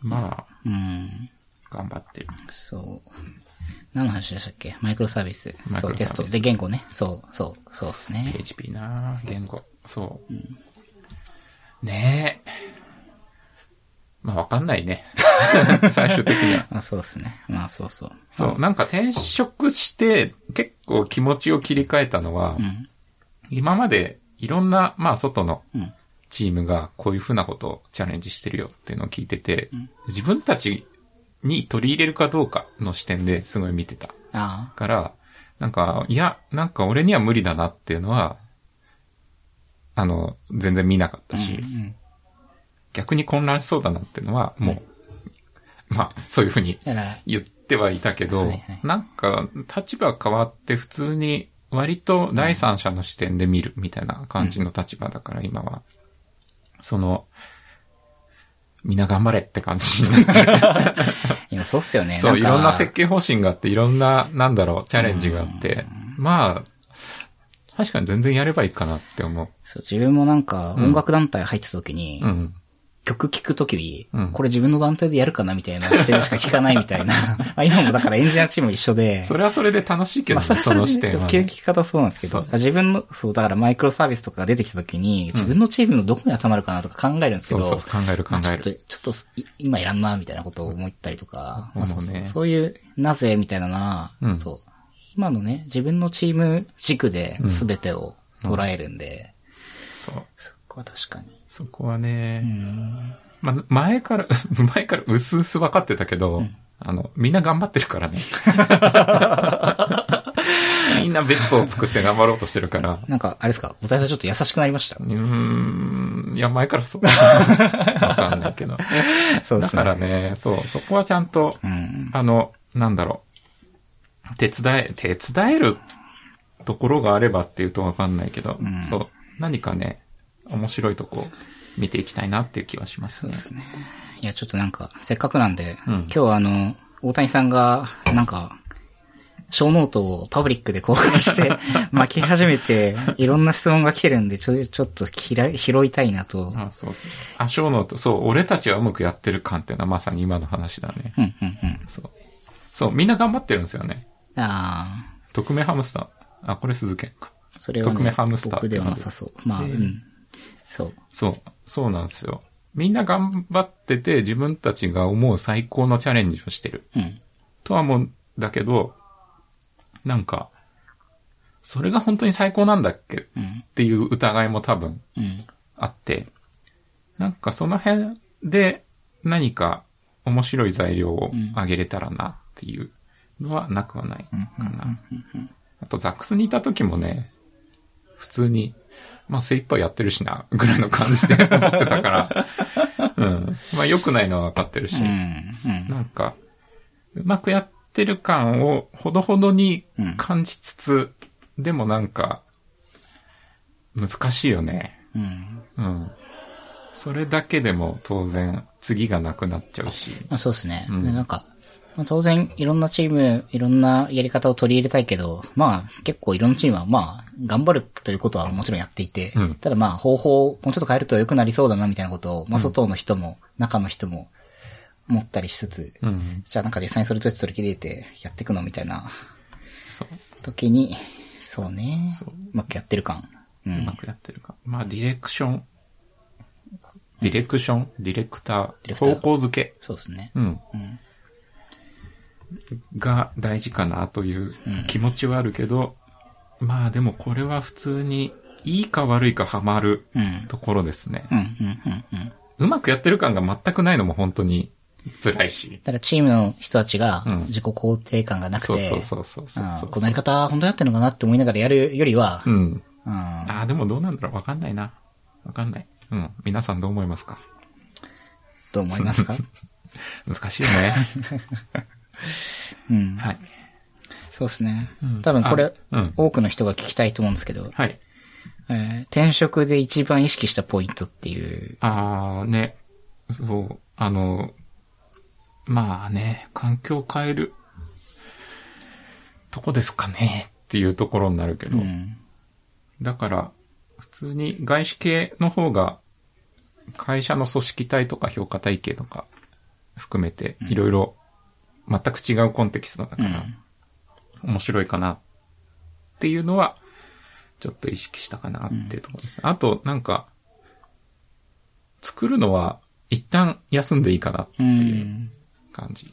まあ、うん。頑張ってる。そう。何の話でしたっけマイクロサービス。マイクそロサービスう、テスト。で、言語ね。そう、そう、そうですね。 PHP な言語。そう。ねえ。まあ、わかんないね。 [laughs] 最終的には。まあそうですね。まあそうそう。そう、なんか転職して結構気持ちを切り替えたのは、うん。今までいろんな、まあ外のうん。チームがこういうふうなことをチャレンジしてるよっていうのを聞いてて、ん自分たちに取り入れるかどうかの視点ですごい見てたあから、なんか、いや、なんか俺には無理だなっていうのは、あの、全然見なかっあ。たし、うんうん逆に混乱しそうだなっていうのは、もう、まあ、そういうふうにだから、言ってはいたけど、はいはいなんか、立場変わって普通に、割と第三者の視点で見るみたいな感じの立場だから、今は。その、みんな頑張れって感じになってる。今そうっすよね。そう、いかろんな設計方針があって、いろんな、なんだろう、チャレンジがあって、まあ、確かに全然やればいいかなって思う。そう、自分もなんか、ん音楽団体入ってた時に、うん。曲聴くときに、うんこれ自分の団体でやるかなみたいな視点しか聞かない [laughs] みたいな。まあ今もだからエンジニアチーム一緒で、それはそれで楽しいけどまね、あそれそはのそ視れ点ではね、経験方そうなんですけそどう、自分の、そう、だからマイクロサービスとかが出てきたときに、自分のチームのどこに当たまるかなとか考えるんですけそうど、そう、考える考まあちょえっと、る。ちょっとい、今いらんな、みたいなことを思ったりとか、うんまあそうそ思ううねそういう、なぜ、みたいなのは、うんそう。今のね、自分のチーム軸で全てを捉えるんで、そう。そこは確かに。そこはね、ま、前から、 [laughs] 前から薄々分かってたけど、あの、みんな頑張ってるから [laughs] ね。みんなベストを尽くして頑張ろうとしてるから。なんか、あれですか、お互いちょっと優しくなりましたうーん、いや、前から [laughs] そう。わかんないけど。そうだから。ね、そう、そこはちゃんと、うん。あの、なんだろう。手伝え、手伝えるところがあればっていうとわかんないけど、うんそう、何かね、面白いとこ見ていきたいなっていう気はしますそうねで。すね。いや、ちょっとなんか、せっかくなんで、うん今日はあの、大谷さんが、なんか、小ノートをパブリックで公開 [laughs] して、巻き始めて、いろんな質問が来てるんで、ちょ、ちょっとひら拾いたいなと。あ、そうそう。あ、小脳と、そう、俺たちはうまくやってる感っていうのはまさに今の話だね。うん、うん、うん。そう。そう、みんな頑張ってるんですよね。あ匿名ハムスター。あ、これ鈴健か。あ、それは、ね、匿名ハムスター僕ではなさそう。まあ、うん。そう。そう、そうなんですよ。みんな頑張ってて、自分たちが思う最高のチャレンジをしてる。うん。とは思うんだけど、なんか、それが本当に最高なんだっけっうん。ていう疑いも多分うん。あって、なんかその辺で何か面白い材料をあげれたらなっていうのはなくはないかな。あとザックスにいた時もね、普通に、まあ精一杯やってるしな、ぐらいの感じで思ってた [laughs] から、うん。まあ良くないのは分かってるし、うん。うん。なんか、うまくやってる感をほどほどに感じつつ、でもなんか、難しいよね。うん。うん。それだけでも当然、次がなくなっちゃうし。まあそうですね。うんでなんか、まあ、当然、いろんなチーム、いろんなやり方を取り入れたいけど、まあ、結構いろんなチームは、まあ、頑張るということはもちろんやっていて、うんただまあ、方法をもうちょっと変えると良くなりそうだな、みたいなことを、まあ、外の人も、中の人も、思ったりしつつ、うん。じゃあなんか実際にそれと取り入れてやっていくのみたいなそう。時に、そうね。そううまくやってる感。う。うんまくやってるか。まあ、ディレクション。ディレクションディレクタディレー。方クター向づけ。そうですね。うん。うん。が大事かなという気持ちはあるけど、まあでもこれは普通に、いいか悪いかハマるうん。ところですねう。ん、うん、うん、うん。うまくやってる感が全くないのも本当に辛いし。ただチームの人たちがうん自己肯定感がなくて、そうそうそうそうそうあそーう。このやり方本当にやってるのかなって思いながらやるよりは、うん。うんああ、でもどうなんだろう。わかんないな。わかんない。うん。皆さんどう思いますかどう思いますか難 [laughs] しいよね。うん。はい。そうですねん。多分これ、あうん多くの人が聞きたいと思うんですけど、はい。えー転職で一番意識したポイントっていう、ああ、ね。そう。あの、まあね、環境を変える、とこですかねっていうところになるけど。うん。だから、普通に外資系の方が、会社の組織体とか評価体系とか含めて、いろいろ全く違うコンテキストだから、面白いかなっていうのは、ちょっと意識したかなっていうところです。あと、なんか、作るのは一旦休んでいいかなってう。いうん感じ。だ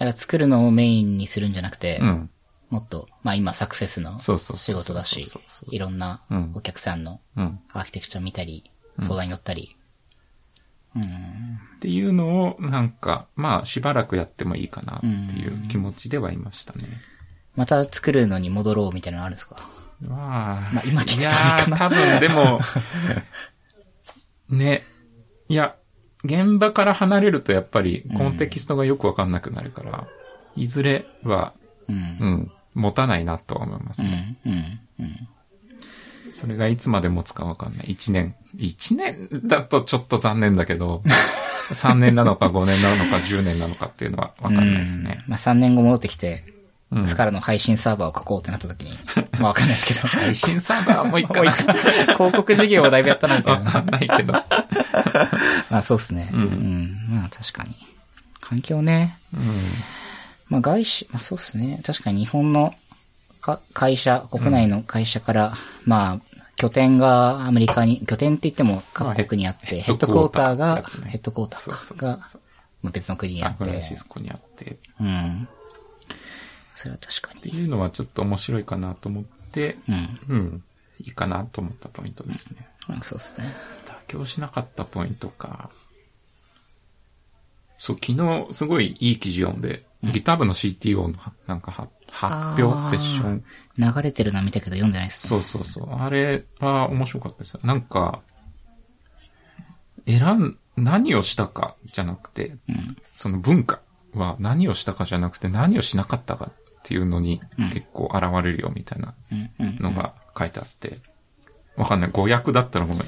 から作るのをメインにするんじゃなくて、うん。もっと、まあ今サクセスのそうそうそ仕うそう事だしそうそう、いろんなうんお客さんのうん。アーキテクチャ見たり、相談に乗ったり。うん。っていうのを、なんか、まあ、しばらくやってもいいかなっていう気持ちではいましたね。また作るのに戻ろうみたいなのあるんですかまあ、まあ今聞くといやあれかー、多分で [laughs] も、ね、いや、現場から離れるとやっぱりコンテキストがよくわかんなくなるから、いずれは、うん。うん、持たないなとは思いますうね。ん。うん。うん。それがいつまで持つかわかんない。1年。1年だとちょっと残念だけど、3年なのか5年なのか10年なのかっていうのはわかんないですね。うんまあ3年後戻ってきて、うんスカラの配信サーバーを書こうってなった時に、 [laughs] まあわかんないですけど。配信サーバーもう一 [laughs] 回広告事業をだいぶやったなみたいわ [laughs] な。かんないけど。まあそうですね。うん。まあ確かに。環境ね。 [laughs] まあ外資、まあそうですね。確かに日本のか会社、国内の会社から、まあ、拠点がアメリカに、拠点って言っても各国にあって、まあヘヘッッドドククォォーータターーがってやつ、ねヘッドクォータそうそうそーうそうがまあ別の国にあサンってフ。ランシスコにあって。っうん。それは確かてに。いうのはちょっと面白いかなと思って、うん。うん。いいかなと思ったポイントですね。そうですね。妥協しなかったポイントか。そう、昨日すごいいい記事読んで、ギター部の CTO のはなんかは発あ表ーセッション。流れてるのは見たけど読んでないですね。そうそうそう。あれは面白かったですよ。なんか、選ん、何をしたかじゃなくて、うん。その文化は何をしたかじゃなくて何をしなかったかっていうのにうん結構現れるよみたいなうん。うん。のが書いてあって、わかんない。誤訳だったらごめん。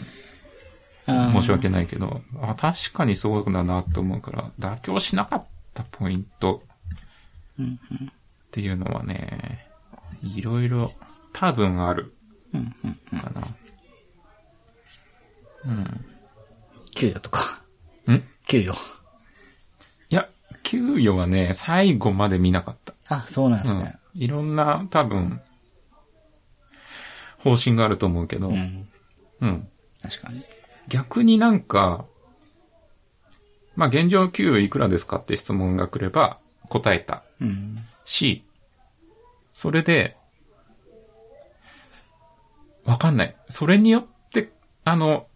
あー申し訳ないけど、あ確かにそうだなと思うから、妥協しなかったポイントうんっていうのはね、いろいろ多分あるうんうんうん。かな。うん。給与とか。ん給与。いや、給与はね、最後まで見なかった。あ、そうなんですうねん。。いろんな、多分、方針があると思うけど、ううん。ん。確かに。逆になんか、まあ、現状給与いくらですかって質問が来れば答えたうん。し、それで、わかんない。それによって、あの、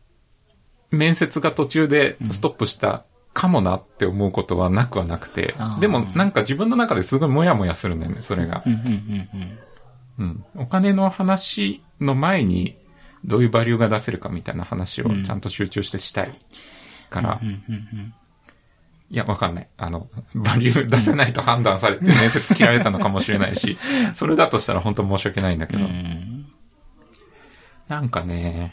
面接が途中でストップしたかもなって思うことはなくはなくてあー、でもなんか自分の中ですごいモヤモヤするんだよね、それがう。んうんうんうん。うん。お金の話の前に、どういうバリューが出せるかみたいな話をちゃんと集中してしたいから、うんいうんうん。や、わかんない。あの、バリュー出せないと判断されて面接切られたのかもしれない [laughs] し、それだとしたら本当申し訳ないんだけど、うんなんかね、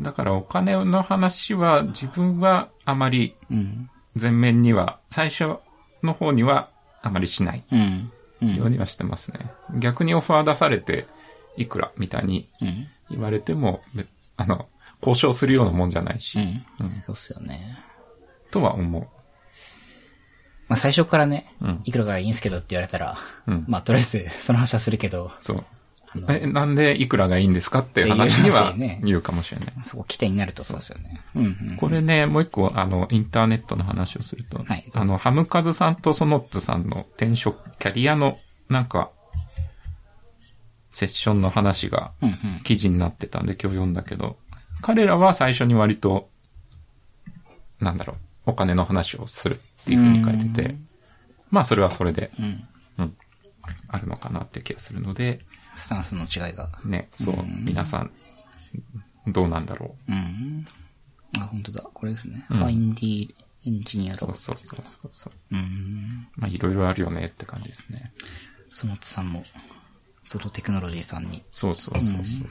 だからお金の話は自分はあまりうん。前面には、最初の方にはあまりしないうん。うん。ようにはしてますね。逆にオファー出されて、いくらみたいにうん。言われても、べあの、交渉するようなもんじゃないし、うん。そうっすよね。とは思う。まあ最初からねうん、いくらがいいんすけどって言われたらうん、まあとりあえずその話はするけど、そう。あの、え、なんでいくらがいいんですかっていう話には言うかもしれない。そこ起点になるとそうですよね。うんうん。これね、もう一個、あの、インターネットの話をすると、はいあの、ハムカズさんとソノッツさんの転職、キャリアの、なんか、セッションの話がうんうん。記事になってたんで今日読んだけど、彼らは最初に割と、なんだろう、お金の話をするっていう風に書いてて、まあそれはそれで、うん。うん、あるのかなって気がするので、スタンスの違いが。ね、そう、皆さん、どうなんだろうん。あ、本当だ。これですね。ファインディエンジニアう。とそう。そうそうそうそう。うん。まあいろいろあるよねって感じですね。そのつさんも、ゾロテクノロジーさんに。そうそうそうそうそう、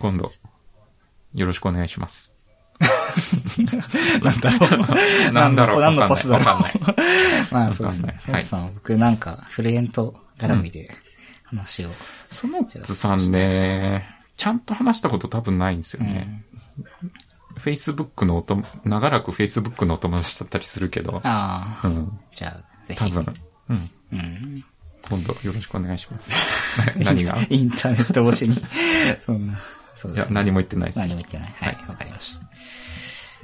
今度、よろしくお願いします。 [laughs] なんだろう [laughs] なんだろう何のわパかスんなだいろうわかんない。まあそうですわね。かソんないツさんは僕なんか、フレエント絡みで話を。そのつさんね、ちゃんと話したこと多分ないんですよね。Facebook のおと、長らく Facebook のお友達だったりするけど、ああ、うんじゃあ、ぜひ。多分、うん、うん。今度よろしくお願いし [laughs] ます。な何がいインターネット [laughs] 越しに。そんな。そうでや、すね。何も言ってないです何よも言ってない。はい、わかりました。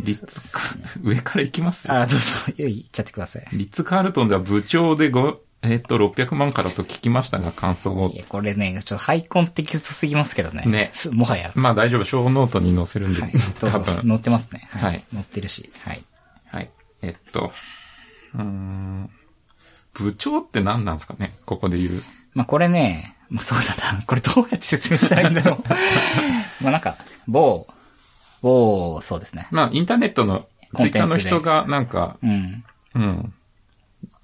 リッツカ、上から行きますあ、どうぞ、いやいっちゃってください。リッツ・カールトンでは部長でご、えっと、600万からと聞きましたが、感想をい。や、これね、ちょっとハイコンテキストすぎますけどね。ねすもはや。まあ大丈夫、小ノートに載せるんで、はい。ど多うぞ分。載ってますね。ははいい。載ってるし。はい。はい。えっと、うーん、部長って何なんですかねここで言う。まあ、これね、まあ、そうだな。 [laughs] これどうやって説明したらいいんだろう。 [laughs] まあ、なんか、某、某、そうですね。まあ、インターネットの、コツンイッテンターツでの人がなんか、うん。うん、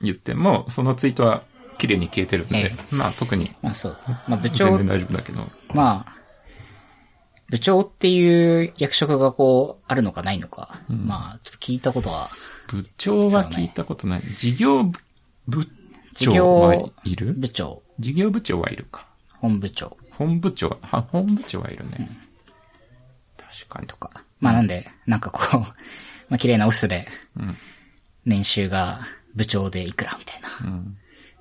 言っても、そのツイートは綺麗に消えてるんでえ、まあ特に、まあ、そう。まあ、部全長然大丈夫だけど。まあ、部長っていう役職がこう、あるのかないのか。まあ、ちょっと聞いたことは、部長は聞いたことない。事業部部事長は業いる部長、事業部長はいるか。本部長本部長は、は本部長はいるね。確かに。とか。まあ、なんで、なんかこう、 [laughs] まあ、綺麗なオフィスで、うん。年収が部長でいくらみたいな。うん。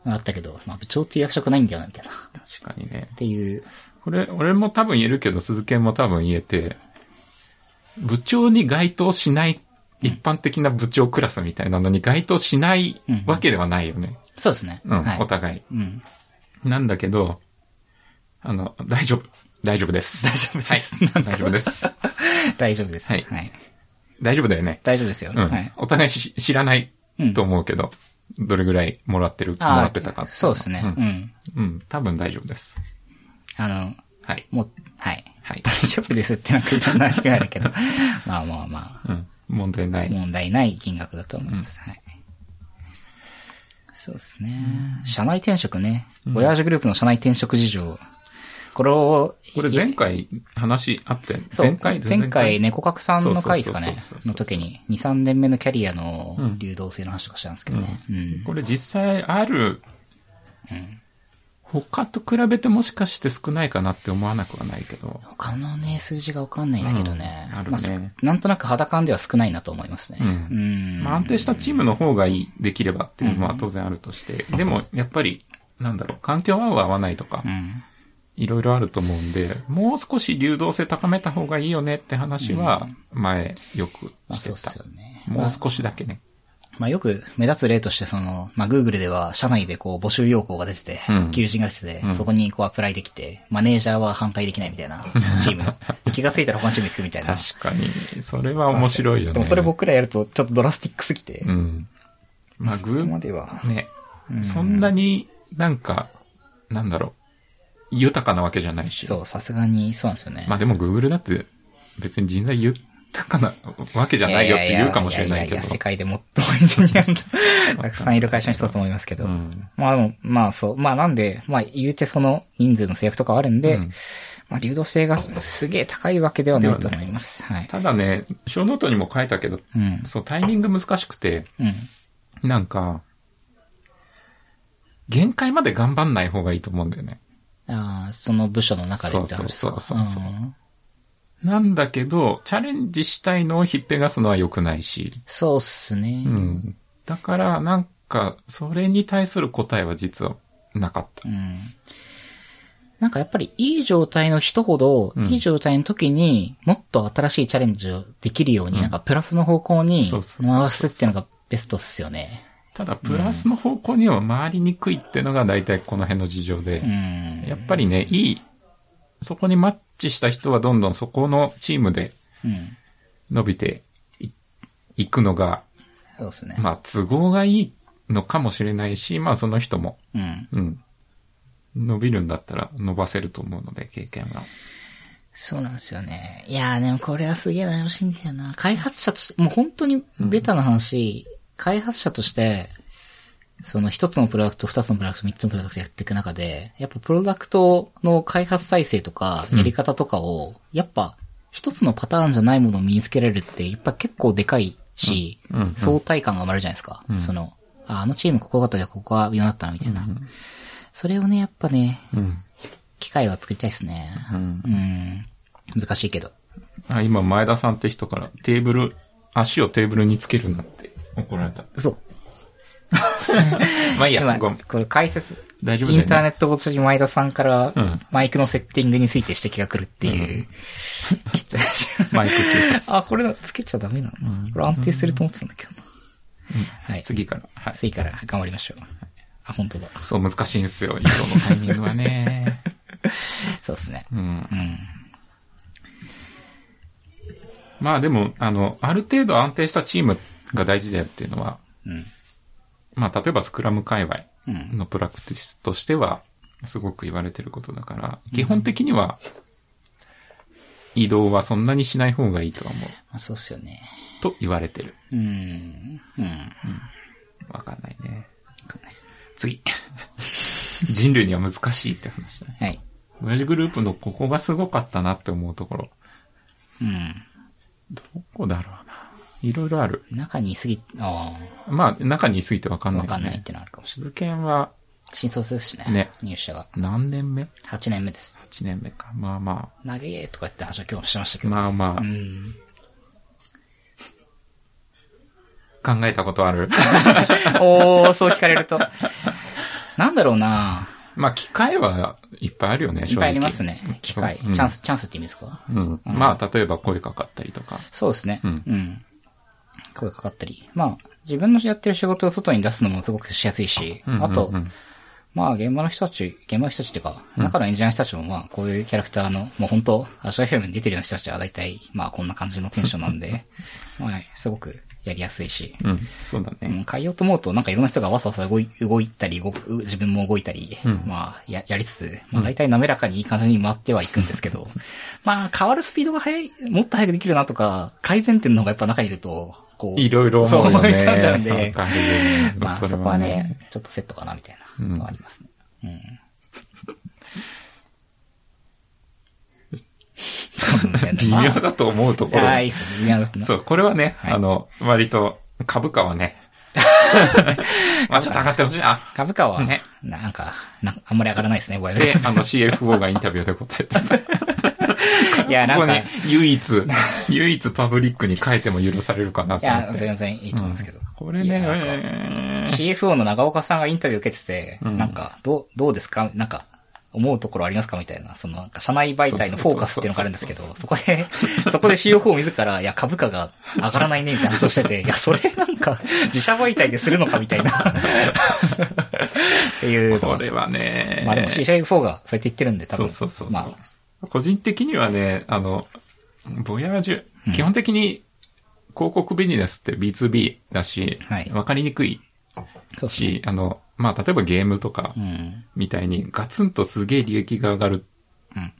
あったけど、まあ、部長っていう役職ないんだよな、みたいな。っ確かにね。ていう、これ、俺も多分言えるけど、鈴木も多分言えて、部長に該当しない、一般的な部長クラスみたいなのに該当しないわけではないよね。そうですね。うん、はいお。互い。うん。なんだけど、あの、大丈夫。大丈夫です。大丈夫ですはいなんか大丈夫です。大丈夫です。はい大丈夫だよね。大丈夫ですよ。うん。はい。お互いし知らないと思うけど、どれぐらいもらってる、もあーらってたかっていのそうですね。う。うんん。うん。多分大丈夫です。あの、はい。もう、はい。 [laughs] はい大丈夫ですってなんかいろんな話があるけど。まあまあまあ、うん。問題ない。問題ない金額だと思います。はい。そうですね。社内転職ね。ボヤージュグループの社内転職事情。これを、これ前回話あって、そう前回前回、猫角さんの回ですかねそうそうそうそうそう。そうの時に、2、3年目のキャリアの流動性の話とかしたんですけどね。うん。これ実際ある、他と比べてもしかして少ないかなって思わなくはないけど、他のね、数字がわかんないですけどね。うんあるねまあすなんとなく肌感では少ないなと思いますね。うんんまあ安定したチームの方がいい、できればっていうのは当然あるとして、でもやっぱり、なんだろう、環境合う合わないとか、うん。いろいろあると思うんで、もう少し流動性高めた方がいいよねって話は、前よくまあしてそうったす。よね。もう少しだけね。まあよく目立つ例としてその、まあ Google では社内でこう募集要項が出ててうん、求人が出てて、そこにこうアプライできて、マネージャーは反対できないみたいな、そのチー [laughs] ムの。で気がついたら他のチーム行くみたいな。確かに。それは面白いよね。でもそれ僕らやるとちょっとドラスティックすぎてう、ん。まあ、グここーまでは。ね。そんなになんか、なんだろう、豊かなわけじゃないし。そう、さすがに、そうなんですよね。まあでも Google だって別に人材豊かなわけじゃないよって言うかもしれないけどややややや。世界で最もエンジニアがたくさんいる会社の [laughs] 人だと思いますけど。うん。まあでも、まあそう。まあなんで、まあ言うてその人数の制約とかはあるんで、うんまあ流動性がすすげえ高いわけではないと思います。はい。ただね、小ノートにも書いたけど、うん。そう、タイミング難しくて、うん。なんか、限界まで頑張んない方がいいと思うんだよね。ああ、その部署の中でって話ですか。そうそうそうそうそうんなんだけど、チャレンジしたいのをひっぺがすのは良くないし。そうっすね。うん。だから、なんか、それに対する答えは実はなかった。うんなんかやっぱりいい状態の人ほど、いい状態の時にもっと新しいチャレンジをできるように、なんかプラスの方向にそうそうそう回すっていうのがベストっすよね。ただ、プラスの方向には回りにくいってのが大体この辺の事情うで、ん。やっぱりね、いい、そこにマッチした人はどんどんそこのチームでうん。伸びていいくのが、そうですね。まあ、都合がいいのかもしれないし、まあ、その人もうん。うん。伸びるんだったら伸ばせると思うので、経験が。そうなんですよね。いやーでもこれはすげえ悩ましいんだよな。開発者として、もう本当にベタな話、開発者として、その一つのプロダクト、二つのプロダクト、三つのプロダクトやっていく中で、やっぱプロダクトの開発再生とか、やり方とかを、やっぱ一つのパターンじゃないものを身につけられるって、やっぱ結構でかいし、うんうん相対感が生まれるじゃないですか。その、ああのチームここがったけどここは微妙だったな、みたいな。それをね、やっぱね、うん。機械は作りたいですね。うん。うん。難しいけど。あ、今、前田さんって人からテーブル、足をテーブルにつけるなって怒られた。嘘。まあいいや、今、ごめん。これ解説、大丈夫だイよ、ね、ンターネット越しに前田さんからうんマイクのセッティングについて指摘が来るっていう。きっとマイク警察。あ、これつけちゃダメなのこれ安定すると思ってたんだけどな。はい。次から。はい。次から頑張りましょう。あ、本当だ。そう、難しいんですよ。糸のタイミングはね。 [laughs] そうですね。うんう。ん。まあでも、あの、ある程度安定したチームが大事だよっていうのは、うん。まあ例えばスクラム界隈うん。のプラクティスとしては、すごく言われてることだから、基本的には、移動はそんなにしない方がいいとは思う。まあ、そうっすよね。と言われてる。うん。うん。わわかんないね。かんないっすね。 [laughs] 次。人類には難しいって話だね。はい。同じグループのここがすごかったなって思うところ。うん。どこだろうな。いろいろある。中にすぎ、あまあ、中にいすぎてわかんあ、ない、わね。かんないってのあるかもしれ鈴研はない。新卒ですしね。ね入社が。何年目8年目です。 ?8 年目か。まあま投げーとかって話は今日もしてましたけあ、ど。まあまうん。あ、考えたことあ [laughs] る。おー、そう聞かれると。なんだろうなまあ、機会はいっぱいあるよね、い正っ直。ぱいありますね。機会、そううんチャンス、チャンスって意味ですかうん。まあ、例えば声かかったりとか。そうですね。うんうん。声かかったり。まあ、自分のやってる仕事を外に出すのもすごくしやすいし、うんうんうんあと、まあ、現場の人たち、現場の人たちっていうか、中のエンジニアの人たちもまあ、こういうキャラクターの、もう本当アジアフィルムに出てるような人たちは大体、まあ、こんな感じのテンションなんで、 [laughs] まあ、すごくやりやすいし。うん。そうだね。うん、変えようと思うと、なんかいろんな人がわさわさ動い動いたり動く、自分も動いたり、まあや、やりつつ、まあ大体滑らかにいい感じに回ってはいくんですけど、まあ変わるスピードが速い、もっと速くできるなとか、改善点の方がやっぱ中にいると、こう。いろいろ思うよね。そう思い浮かんじゃうんでわかるよねまあそこはね、ちょっとセットかなみたいなのはありますね。うん。 [laughs] 微妙だと思うところ。ああ、いいっすね。微妙ですね。そう、これはね、あの、割と、株価は [laughs] ね、まあちょっと上がってほしいな。株価はねね、なんか、なあんまり上がらないですね、これで、あの CFO がインタビューで答えてた。こいや、なんこか、に唯一、唯一パブリックに書いても許されるかないと思っや、て。全然いいと思うんですけど。これいね、やなんかえー CFO の長岡さんがインタビュー受けてて、なんか、どう、どうですかなんか、思うところありますかみたいな、その、なんか、社内媒体のフォーカスっていうのがあるんですけど、そこで、そこで CFO 自ら、いや、株価が上がらないね、みたいな話をしてて、いや、それなんか、自社媒体でするのかみたいな。っていうのこは。れはね、まあでも CFO がそうやって言ってるんで、そ多分。うそうそうそう、ま個人的にはね、あの、ボヤージュ、基本的に広告ビジネスって B2B だし、わ、はいかりにくいあ、そうし。し、あの、まあ、例えばゲームとかうん。みたいにガツンとすげえ利益が上がるうん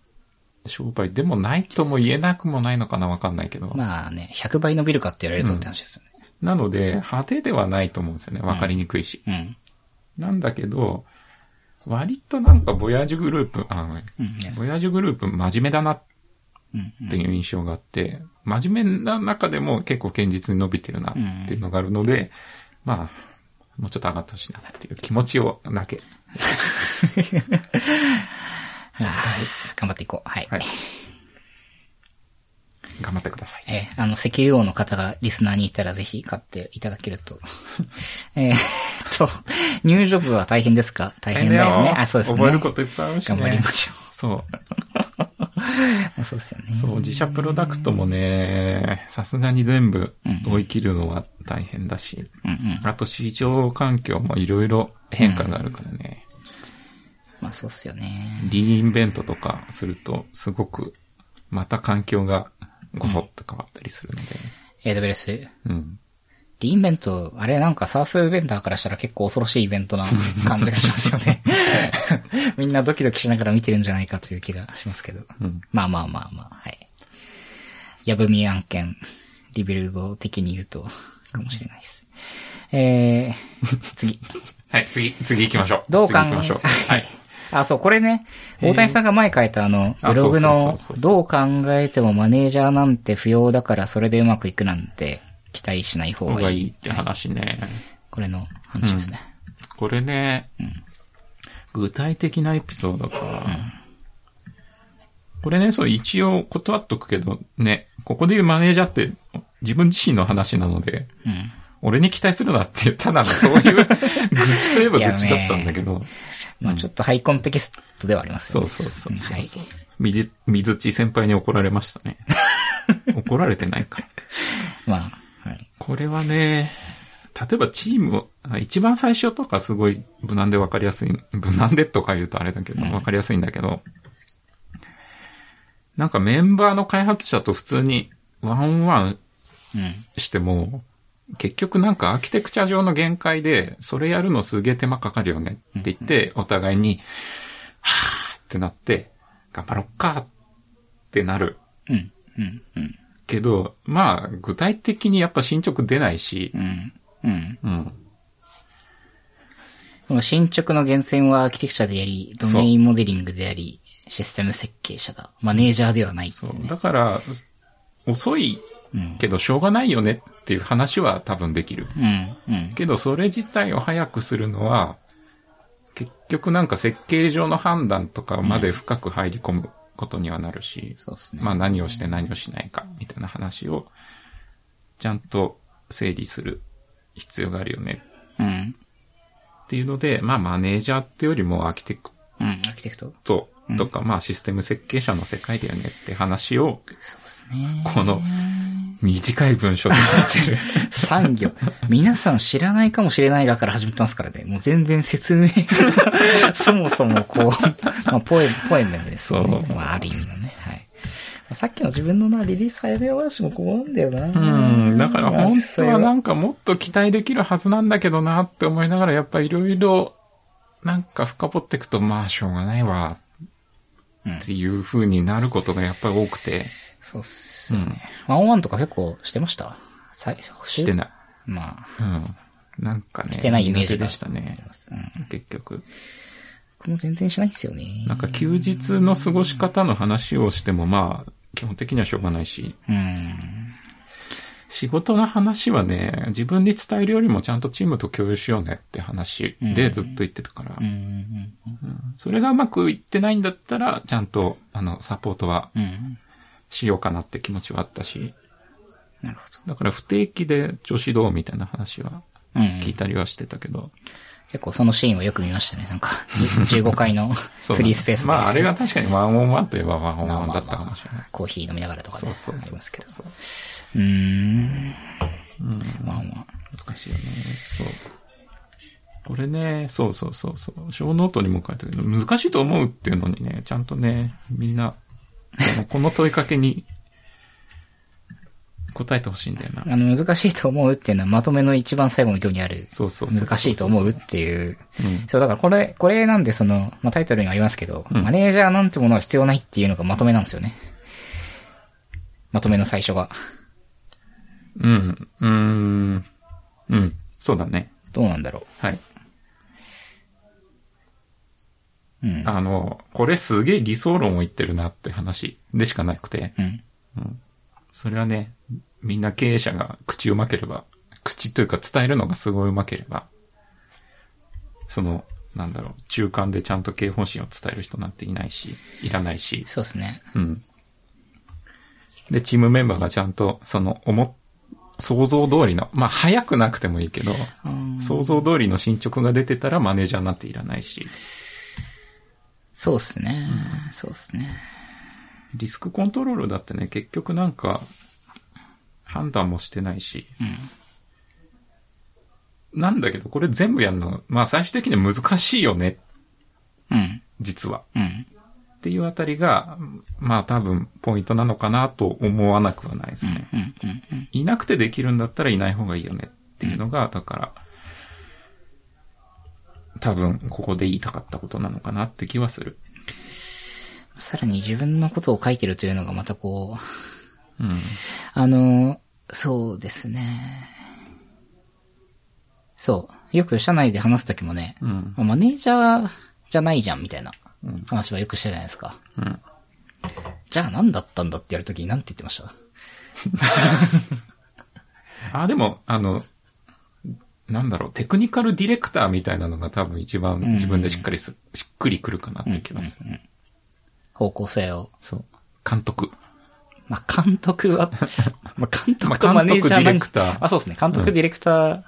商売でもないとも言えなくもないのかなわかんないけど。まあね、100倍伸びるかって言われるとって話ですよね。なので、派手ではないと思うんですよね。わかりにくいし。うん。なんだけど、割となんかボヤージュグループ、あの、うん。ねボヤージュグループ真面目だなっうん。っていう印象があって、真面目な中でも結構堅実に伸びてるなっていうのがあるので、まあ、もうちょっと上がってほしいなっていう気持ちをだけ。はい。頑張っていこう。はい。はい。頑張ってください。えーあの、石油王の方がリスナーにいたらぜひ買っていただけると。 [laughs] えーっと、入場部は大変ですか大変だよね。あ、そうですね。覚えることいっぱいあるしね。頑張りましょ。そうそうですよねう。。そう、自社プロダクトもね、さすがに全部追い切るのは大変だし、うんうん。あと市場環境もいろいろ変化があるからね。まあそうっすよね。リインベントとかすると、すごく、また環境がごそっと変わったりするので。 AWS。うん。リインベント、あれなんかサースベンダーからしたら結構恐ろしいイベントな感じがしますよね。 [laughs] みんなドキドキしながら見てるんじゃないかという気がしますけど。うんまあまあまあまあ、はい。やぶみ案件、リビルド的に言うと、かもしれないです。えー、 [laughs] 次。はい、次、次行きましょう。どう考次え、行きましょう。はい。あ、そう、これね、大谷さんが前書いたあの、あブログそうそうのそうそう、どう考えてもマネージャーなんて不要だからそれでうまくいくなんて期待しない方これががいいいい。って話ね。これの話ですね。これね、具体的なエピソードか。これね、そう、一応断っとくけど、ね、ここで言うマネージャーって自分自身の話なので、うん。俺に期待するなって、ただ [laughs] のそういう愚痴といえば愚痴だったんだけど。まあちょっとハイコンテキストではありますそようね。そうそうそう。はい。水、水地先輩に怒られました [laughs] ね。怒られてないから。まあ、はい。これはね、例えばチームを、あ一番最初とかすごい無難で分かりやすい、無難でとか言うとあれだけど、うん分かりやすいんだけど、なんかメンバーの開発者と普通にワンオンワンうん。しても、結局なんかアーキテクチャ上の限界で、それやるのすげえ手間かかるよねって言って、お互いに、はぁーってなって、頑張ろっかってなる。うん。うん。うん。けど、まあ、具体的にやっぱ進捗出ないしう、ん。うん。うん。この進捗の源泉はアーキテクチャであり、ドメインモデリングであり、システム設計者だ。マネージャーではないってそ。いうね。だから、遅いうん。けどしょうがないよねっていう話は多分できる。うん。うん。けど、それ自体を早くするのは、結局なんか設計上の判断とかまで深く入り込むことにはなるし、そうですね。まあ何をして何をしないかみたいな話を、ちゃんと整理する必要があるよねうん。っていうので、まあマネージャーってよりもアーキテクうん。アーキテクトトとか、まあシステム設計者の世界だよねって話を、そうですね。この短い文章で言ってる。産業。皆さん知らないかもしれないがから始めてますからね。もう全然説明が [laughs] そもそもこう、まあ、ポエム、ポエムですよね。そうまあ、ある意味のね。はい。まあさっきの自分のな、リリース早め話もこうなんだよな。うん、だから本当はなか、んかもっと期待できるはずなんだけどなって思いながら、やっぱいろいろ、なんか深掘っていくと、まあしょうがないわ、うんっていう風になることがやっぱり多くて、そうっすよね。ワンオンワンとか結構してました最初してい。ない。まうあ、ん。なんかね、してないイメージ苦手がでしたねあり。ます。うん。結局。僕も全然しないんですよね。なんか休日の過ごし方の話をしても、まあ、基本的にはしょうがないし、うん。仕事の話はね、自分に伝えるよりもちゃんとチームと共有しようねって話でずっと言ってたからうん。う、ん。それがうまくいってないんだったら、ちゃんと、あの、サポートはうん。しようかなって気持ちはあったし、なるほだから不定期で女子どうみたいな話はど。うん。聞いたりはしてたけど。結構そのシーンをよく見ましたね。なんか、 [laughs] じゅ15階のそうフリースペースで。まあ、あれが確かにワンオンワンといえばワンオンワンだったかもしれない。コーヒー飲みながらとかそね。うそうありそうますけど。そううーん。まあまあ。難しいよね。そう。これね、そうそうそうそう。小ノートにも書いてるけど、難しいと思うっていうのにね、ちゃんとね、みんな、このこの問いかけに答えてほしいんだよな。あの、難しいと思うっていうのはまとめの一番最後の行にある。そうそうそうそう難しいと思うっていううん。そう、だからこれ、これなんでその、まあタイトルにもありますけど、うんマネージャーなんてものは必要ないっていうのがまとめなんですよね。まとめの最初が。うん。うーん。うん。そうだね。どうなんだろはい。う。うん。あの、これすげえ理想論を言ってるなって話でしかなくて、うん。それはね、みんな経営者が口うまければ、口というか伝えるのがすごいうまければ、その、なんだろう、中間でちゃんと経営方針を伝える人なんていないし、いらないし、そうですね。うん。で、チームメンバーがちゃんと、その、思っ、想像通りの、まあ、早くなくてもいいけど、うん想像通りの進捗が出てたらマネージャーなんていらないし、そうですね。そうですね。リスクコントロールだってね、結局なんか、判断もしてないし、なんだけど、これ全部やるの、まあ最終的には難しいよね、うん。実は。うん。っていうあたりが、まあ多分ポイントなのかなと思わなくはないですね。うん。うん。うん。いなくてできるんだったらいない方がいいよねっていうのが、だから、多分ここで言いたかったことなのかなって気はする。さらに自分のことを書いてるというのがまたこうん。う、あの、そうですね。そう。よく社内で話すときもね、うん。マネージャーじゃないじゃんみたいなうん話はよくしたじゃないですか。うん。じゃあ何だったんだってやるときに何て言ってましたあ、でも、あの、なんだろう、テクニカルディレクターみたいなのが多分一番自分でしっかりす、しっくりくるかなって気がする。方向性を。そう。監督。まあ、監 [laughs] 督は、まあ、監督まとあマネージャ監督ディーなんレクターあ、そうですね。監督、ディレクター、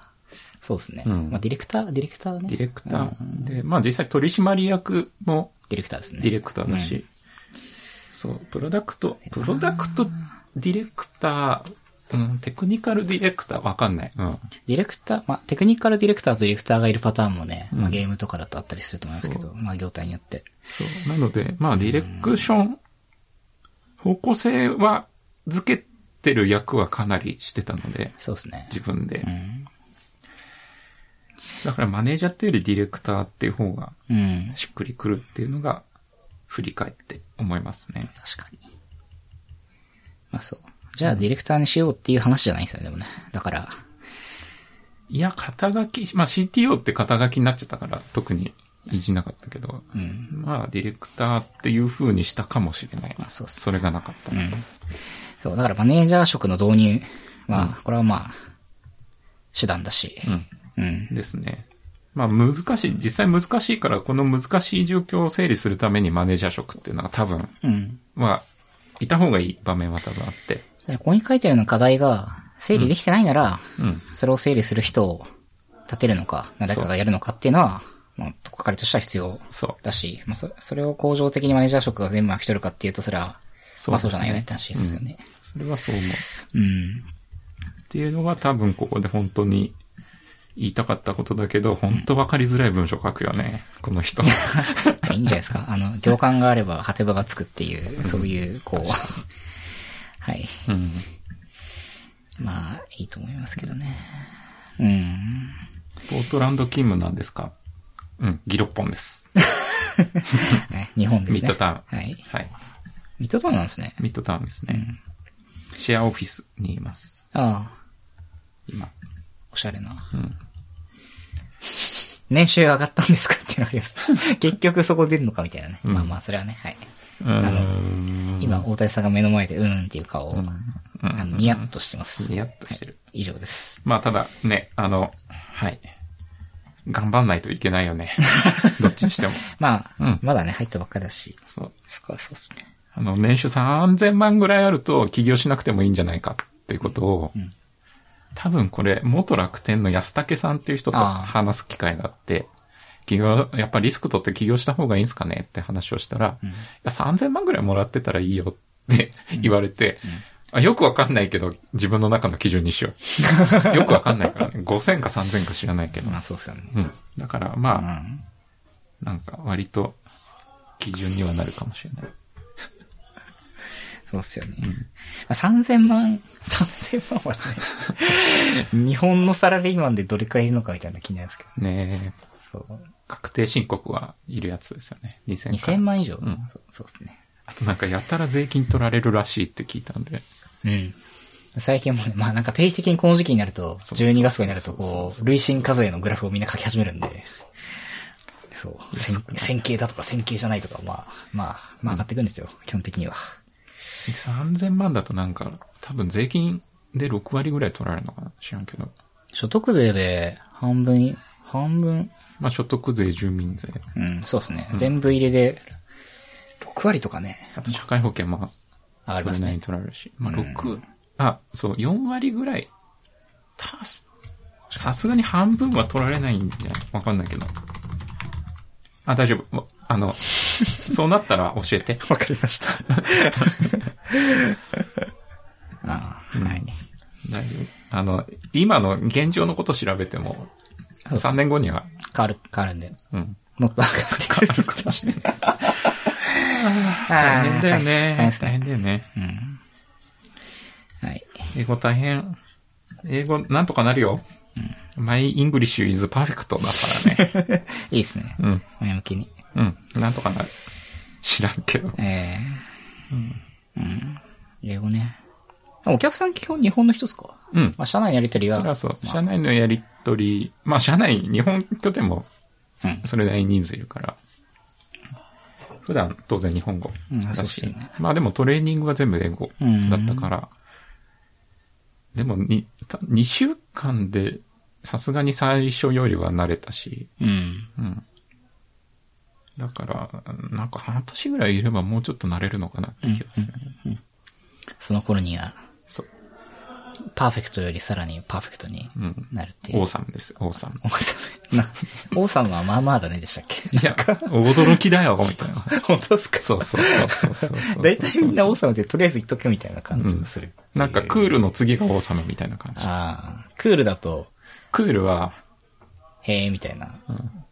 そうですね。うんまあ、ディレクター、ディレクターね。ディレクタうー。んで、まあ実際取締役もディレクターですね。ディレクターだし、うんそう、プロダクト、プロダクトディレクター、うん、テクニカルディレクター、わかんない。うん。ディレクター、まあ、テクニカルディレクターとディレクターがいるパターンもね、うんまあ、ゲームとかだとあったりすると思いますけど、まあ、業態によって。そう。なので、まあディレクション、方向性は付けてる役はかなりしてたので、そうですね。自分でう。ん。だからマネージャーっていうよりディレクターっていう方がうん。しっくりくるっていうのが、振り返って思いますね。確かに。まあ、そう。じゃあ、ディレクターにしようっていう話じゃないんですよね、でもね。だから、いや、肩書き、まあ CTO って肩書きになっちゃったから特にいじなかったけど、うん。まあディレクターっていう風にしたかもしれない。まあそうっすそれがなかった。そう、だからマネージャー職の導入は、これはまあ、手段だし。うん。ですね。まあ難しい、実際難しいから、この難しい状況を整理するためにマネージャー職っていうのが多分、うん。まあ、いた方がいい場面は多分あって。でここに書いてあるような課題が、整理できてないなら、うん。それを整理する人を立てるのか、誰かがやるのかっていうのは、まあ、とっかかりとしては必要そう。だし、まあ、そそれを向上的にマネージャー職が全部巻き取るかっていうと、それは、そまうあですそねうじゃないよねって話ですよね。それはそう思う。うん。っていうのが多分ここで本当に言いたかったことだけど、本当わかりづらい文章書くよね。この人。いいんじゃないですか。あの、行間があれば、果て場がつくっていう、そういう、こう、はい。うん。まあ、いいと思いますけどね。うん。ポートランド勤務なんですかうん、ギロッポンです。はい日本ですね。ミッドタウンはい。はい。ミッドタウンなんですね。ミッドタウンですね。シェアオフィスにいます。ああ、今。おしゃれな。うん。年収上がったんですかっていうのがあります。結局そこ出るのかみたいなね。んまあまあ、それはね、はい。うーん。今、大谷さんが目の前で、うーんっていう顔を、あのニヤッとしてます。ニヤッとしてる。以上です。まあただね、あの、はい。頑張んないといけないよ [laughs] ね。どっちにしても。まあ、うんまだね、入ったばっかりだし。そう。そこはそうですね。あの、年収3000万ぐらいあると起業しなくてもいいんじゃないかっていうことを、多分これ、元楽天の安武さんっていう人とああ話す機会があって、起業、やっぱリスク取って起業した方がいいんですかねって話をしたら、いや、3000万ぐらいもらってたらいいよって言われて、あよくわかんないけど、自分の中の基準にしよ [laughs] う。よくわかんないからね。5000か3000か知らないけど。まあ、そうですよね。うん。だから、うまあ、ん。なんか、割と、基準にはなるかもしれない。そうっすよね。まあ3000万、3000万はね、日本のサラリーマンでどれくらいいるのかみたいな気になりますけど。ねえ。そう。確定申告はいるやつですよね。2000か2000万以上、んそうそうですね。あとなんかやたら税金取られるらしいって聞いたんで。うん。最近もね、まあなんか定期的にこの時期になると、そうそう12月とかになると、そうそこ、うそう累進課税のグラフをみんな書き始めるんで、そう、線線形だとか線形じゃないとか、まあ、まあ、まあ上がっていくんですよ、基本的には。 3000万だとなんか多分税金で6割ぐらい取られるのかな知らんけど。所得税で半分、半分、まあ所得税、住民税。うん、そうですね。全部入れで、6割とかね、あと社会保険も上がりそまれすなりねに。取られるし。まあ6、あ、そう、4割ぐらい。たす、さすがに半分は取られないんじゃないわかんないけど。あ、大丈夫。あの、そうなったら教えて。わかりました。ああ、はい。大丈夫。あの、今の現状のこと調べても、そうそう3年後には、変わる、変わるんで。 [laughs] うん。もっと上がってくる。あるかもしれない。大大変だよね。大変です大ね変。だよね。うん。はい。英語大変。英語なんとかなるよ。マイ・イングリッシュ・イズ・パーフェクトだ [laughs] からね。いいですね。うん。前向きに。うん。なんとかなる。知らんけど。ええうん。英語ね。お客さん基本日本の人ですかうん。まあ、社内のやりとりは。それはそう。まあ社内のやりとり、まあ社内、日本とでもうん。それなりに人数いるから。普段、当然日本語うんだし。そうっすよねまあでもトレーニングは全部英語だったから。でもに、た2週間で、さすがに最初よりは慣れたし。うん。うん。だから、なんか半年ぐらいいればもうちょっと慣れるのかなって気がするね。その頃には、そう。パーフェクトよりさらにパーフェクトにんなるっていう。王様ですよ、王様。王様。な、王様はまあまあだねでしたっけいや、驚きだよ、みたいな。本当ですかそうそうそうそうそうそう。 [laughs] 大体みんな王様ってとりあえず言っとけみたいな感じがする。なんかクールの次が王様みたいな感じ。ああ、クールだと、クールは、へえ、みたいな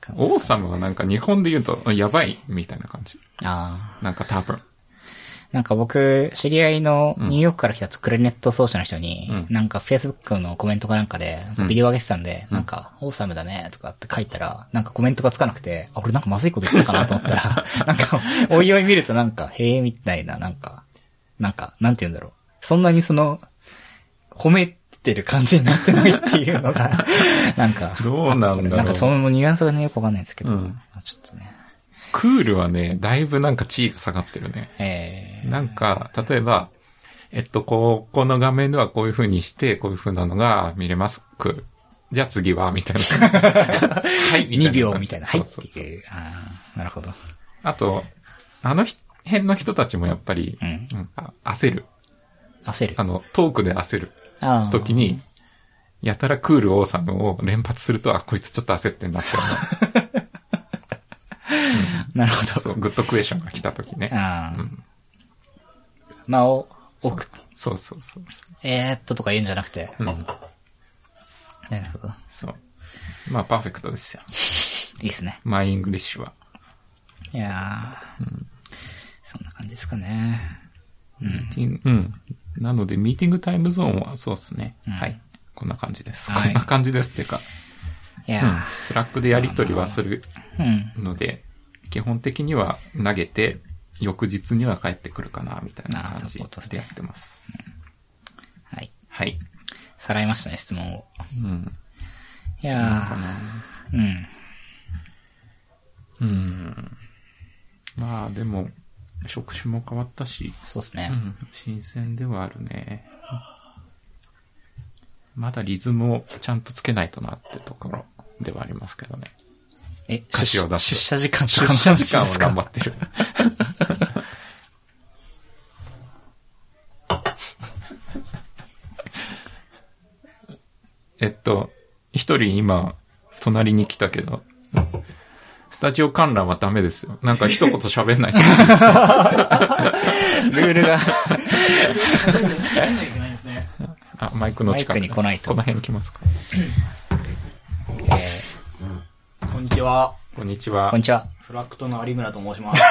感じで王すか。様はなんか日本で言うと、やばい、みたいな感じ。ああ。なんか多分。なんか僕、知り合いのニューヨークから来たクラリネット奏者の人に、うなんか Facebook のコメントかなんかで、なんかビデオ上げてたんで、なんか、オーサムだね、とかって書いたら、なんかコメントがつかなくて、あ、俺なんかまずいこと言ったかなと思ったら、 [laughs] なんか、おいおい見るとなんか、へえ、みたいな、なんか、なんか、なんて言うんだろう。そんなにその、褒めてる感じになってないっていうのが、 [laughs] なんか、どうなんだろうなんかそのニュアンスがね、よくわかんないんですけど、うんまあちょっとね、クールはね、だいぶなんか地位が下がってるね。えー、なんか、例えば、えっと、こう、この画面ではこういう風にして、こういう風なのが見れます。クール。じゃあ次は、みたいな。 [laughs] はい、みたいな。 2秒みたいな、はいそうっそうてそう。いう。ああ、なるほど。あと、あのひ辺の人たちもやっぱり、うんなんか焦る。焦るあ。の、トークで焦るあー時に、やたらクール王様を連発すると、あ、こいつちょっと焦ってんなって思 [laughs] なるほど。う。そう、グッドクエスチョンが来た時ね。ああ、うんまあ、お、そう奥、そうそうそうそう。えーっととか言うんじゃなくて。うん。なるほど。そう。まあ、パーフェクトですよ。いいっすね。マイイングリッシュは。いやー、そんな感じですかね。うん。うん。なので、ミーティングタイムゾーンは、そうですね。うんはい。こんな感じです。はいこんな感じですっていうか、いやうん。スラックでやり取りはするー、うん。ので、基本的には投げて、翌日には帰ってくるかな、みたいな感じあーそういうことっすでねやってます。はい。はい。さらいましたね、質問を。うん。いやー、ううん。ん。まあ、でも、職種も変わったし、そうっすうね。ん、新鮮ではあるね。まだリズムをちゃんとつけないとなってところではありますけどね。え、歌詞を出して出社時間と出かの社話時間ではす頑か張ってる。えっと、一人今、隣に来たけど、スタジオ観覧はダメですよ。なんか一言喋ん [laughs] ないと。ル [laughs] ールが。あ、マイクの近く。マイクに来ないとこの辺来ますか。えーこんにちは。こんにちは。こんに [laughs] ちは。フラクトの有村と申します。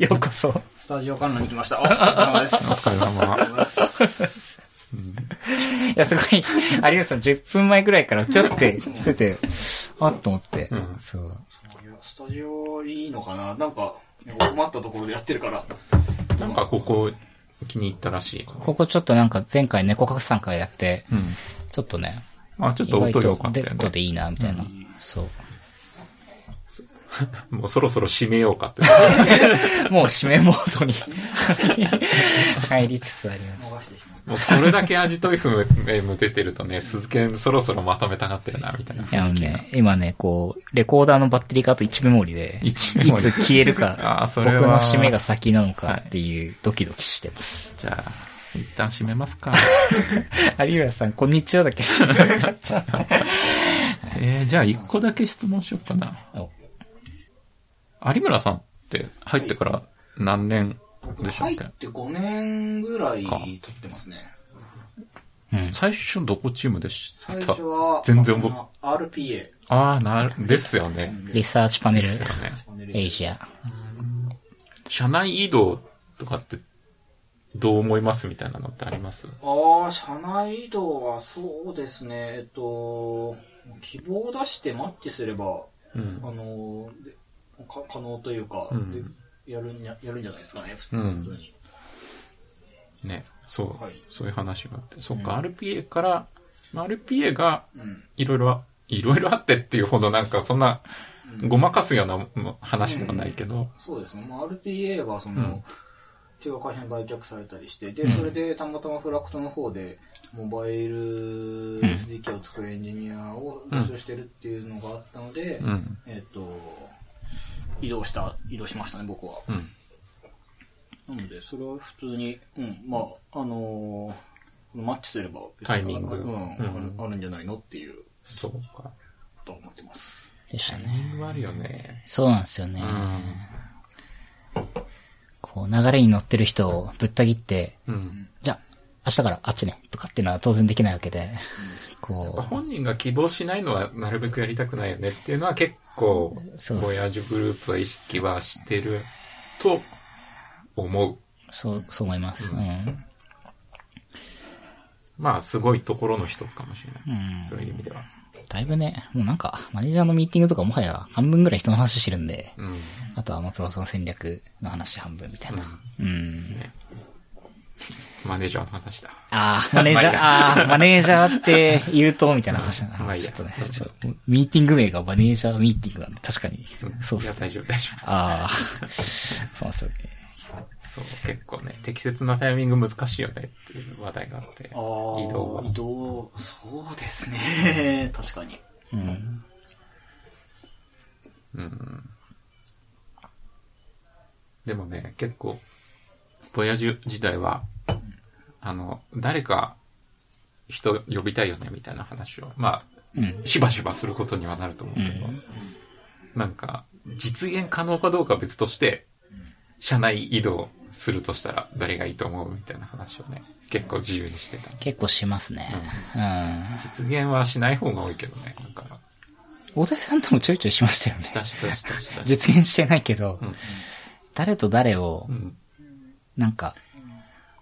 ようこそ。スタジオ観覧に来ました。お疲れ様です。お疲れ様。いや、すごい、有吉さん10分前くらいからちょって来てて、あっと思って。んそう。スタジオいいのかななんか、困ったところでやってるから。なんかここ気に入ったらしい。ここちょっとなんか前回猫拡散会やって、うん。ちょっとね、あ、ちょっと意音外良かったデよッドでね。いいな、みたいな。そう。もうそろそろ締めようかって。もう締めモードに入りつつあります。もうこれだけ味と FM 出てるとね、鈴剣そろそろまとめたがってるな、みたいないや、あ雰囲の気が。ね、今ね、こう、レコーダーのバッテリーがあと1メモリで、い一メモリつ消えるあーか、そ僕れはの締めが先なのかっていうドキドキしてます。じゃあ、一旦締めますか。 [laughs] 有吉さん、こんにちは [laughs] だけ締められちゃったえー、じゃあ一個だけ質問しようかな。お有村さんって入ってから何年でしたっ入っけて5年ぐらい経ってますね。うん。最初どこチームでし最た初は、全然僕あの RPA。ああ、なる、ですよね。リサーチパネルですよね。エイジア。社内移動とかってどう思いますみたいなのってありますああ、社内移動はそうですね、えっと、希望を出してマッチすれば、うん。あのでか可能というか、うんでやるんややるんじゃないですかね、普通うんに。ね、そう、はいそういう話があって。そっか、RPA から、まあ RPA がうんいろいろあ、いろいろあってっていうほどなんかそんなうんごまかすようなも話ではないけど、そうですね、まあ、RPA がその、うん違う会社に売却されたりして、うで、んそれでたまたまフラクトの方で、モバイル SDK を作るエンジニアを募集してるっていうのがあったので、うん、えっと、移動した、移動しましたね、僕は。うん。なので、それは普通に、うん、まあ、あのーマッチすれば別にタイミングうんうんあるあるんじゃないのっていうそうか。ことは思ってます。でしたタイミね。ングあるよね。そうなんですよね。うこう、流れに乗ってる人をぶった切って、ん。うん。じゃあ、明日からあっちね、とかっていうのは当然できないわけで、こ本人が希望しないのはなるべくやりたくないよねっていうのは結構、そうボヤージュグループは意識はしてると思う。う、そう、そう思います。ううんん。まあ、すごいところの一つかもしれない。うんそういう意味では。だいぶね、もうなんか、マネージャーのミーティングとかもはや半分ぐらい人の話してるんで、うん。あとはまあプロその戦略の話半分みたいな。うん。ね、マネージャーの話だ。ああ、マネージャー、ああ、マネージャーって言うと、みたいな話だまあないいちやょっとね、ちょっとミーティング名がマネージャーミーティングなんで、確かにうん。そうっすいや、大丈夫、大丈ああ、 [laughs] そうなんですよね。夫。そう、結構ね、適切なタイミング難しいよねっていう話題があって、移ー動は移。動、そうですね。確かに。うん。うん。でもね、結構、ボヤージュ時代は、あの、誰か人呼びたいよねみたいな話を、まあ、うん。しばしばすることにはなると思うけど、うんなんか、実現可能かどうかは別として、社内移動するとしたら誰がいいと思うみたいな話をね、結構自由にしてた。結構しますね。うん。実現はしない方が多いけどね、なんか、大谷さんともちょいちょいしましたよねし。たしたしたしたした。実現してないけど、うん誰と誰をう、んなんか、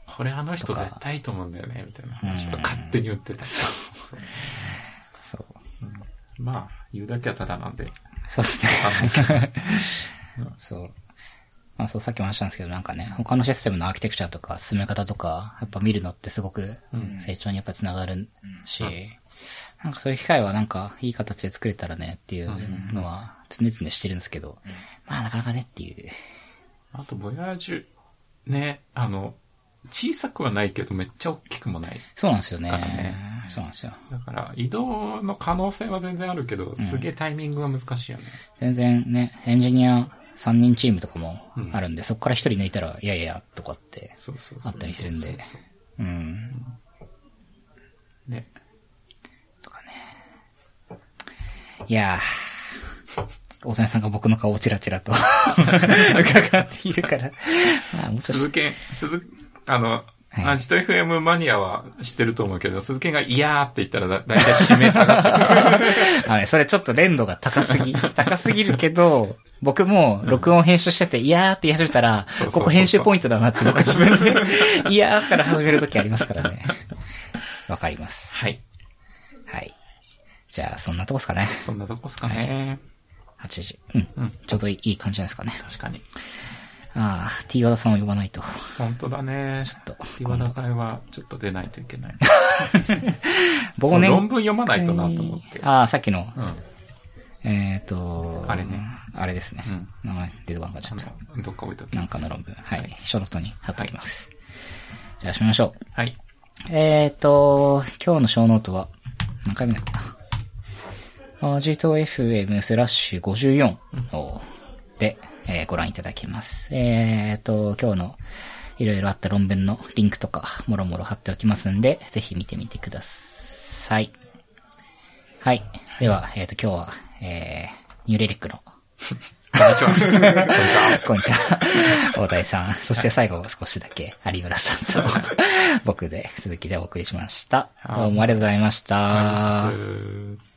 これあの人とか絶対いいと思うんだよね、みたいな話をうん勝手に言ってた。そうそう。まあ、言うだけはただなんで。そうですね。そう。まあそう、さっきも話したんですけど、なんかね、他のシステムのアーキテクチャとか進め方とか、やっぱ見るのってすごくうん成長にやっぱつながるし、なんかそういう機会はなんかいい形で作れたらねっていうのは常々してるんですけど、まあなかなかねっていう。あと、ボヤージュ、ね、あの、小さくはないけど、めっちゃ大きくもない。そうなんですよね。からねそうなんですよ。だから、移動の可能性は全然あるけど、すげえタイミングが難しいよね。全然ね、エンジニア3人チームとかもあるんで、そこから1人抜いたら、いやいやいや、とかって。そうそうそうあったりするんでそうそうそううん。ね。いやー、大谷さんが僕の顔をチラチラと [laughs] 伺っているから、まあ、もうちょっ鈴木、鈴、あの、はいアジト FM マニアは知ってると思うけど、鈴木がいやーって言ったらだ、だいたい締めたがってる。 [laughs] と、あれ、それちょっと連度が高すぎ、 [laughs] 高すぎるけど、僕も録音編集してて、いやーって言い始めたそうらそうそう、そうここ編集ポイントだなって僕自分で、い [laughs] やーから始めるときありますからね。わかります。はい。はい。じゃあ、そんなとこですかね。そんなとこっすかね。 8時。うん。うんちょうどいいいい感じじゃないですかね。確かに。ああ、T 和田さんを呼ばないと。本当だね。ちょっと今の会は、ちょっと出ないといけ [laughs] ない。忘そう年論文読まないとなと思って。ああ、さっきの、うん。えっ、と、あれね。あれですね。うん名前出てこなくなっちゃった。どっか置いときなまんす。かの論文。はい。書ノートに貼っときます。じゃあ、締めましょう。はい。えっ、と、今日の小ノートは、何回目だっけな。アジト FM スラッシュ54をで、えーご覧いただけます。えっ、と、今日のいろいろあった論文のリンクとか、もろもろ貼っておきますんで、ぜひ見てみてください。はい。では、えっ、と、今日は、えー、ニューレリックの、こんにちは。 [laughs] こんにちは。大谷さん。そして最後少しだけ有村さんと僕で、鈴木でお送りしました。どうもありがとうございました。ナイス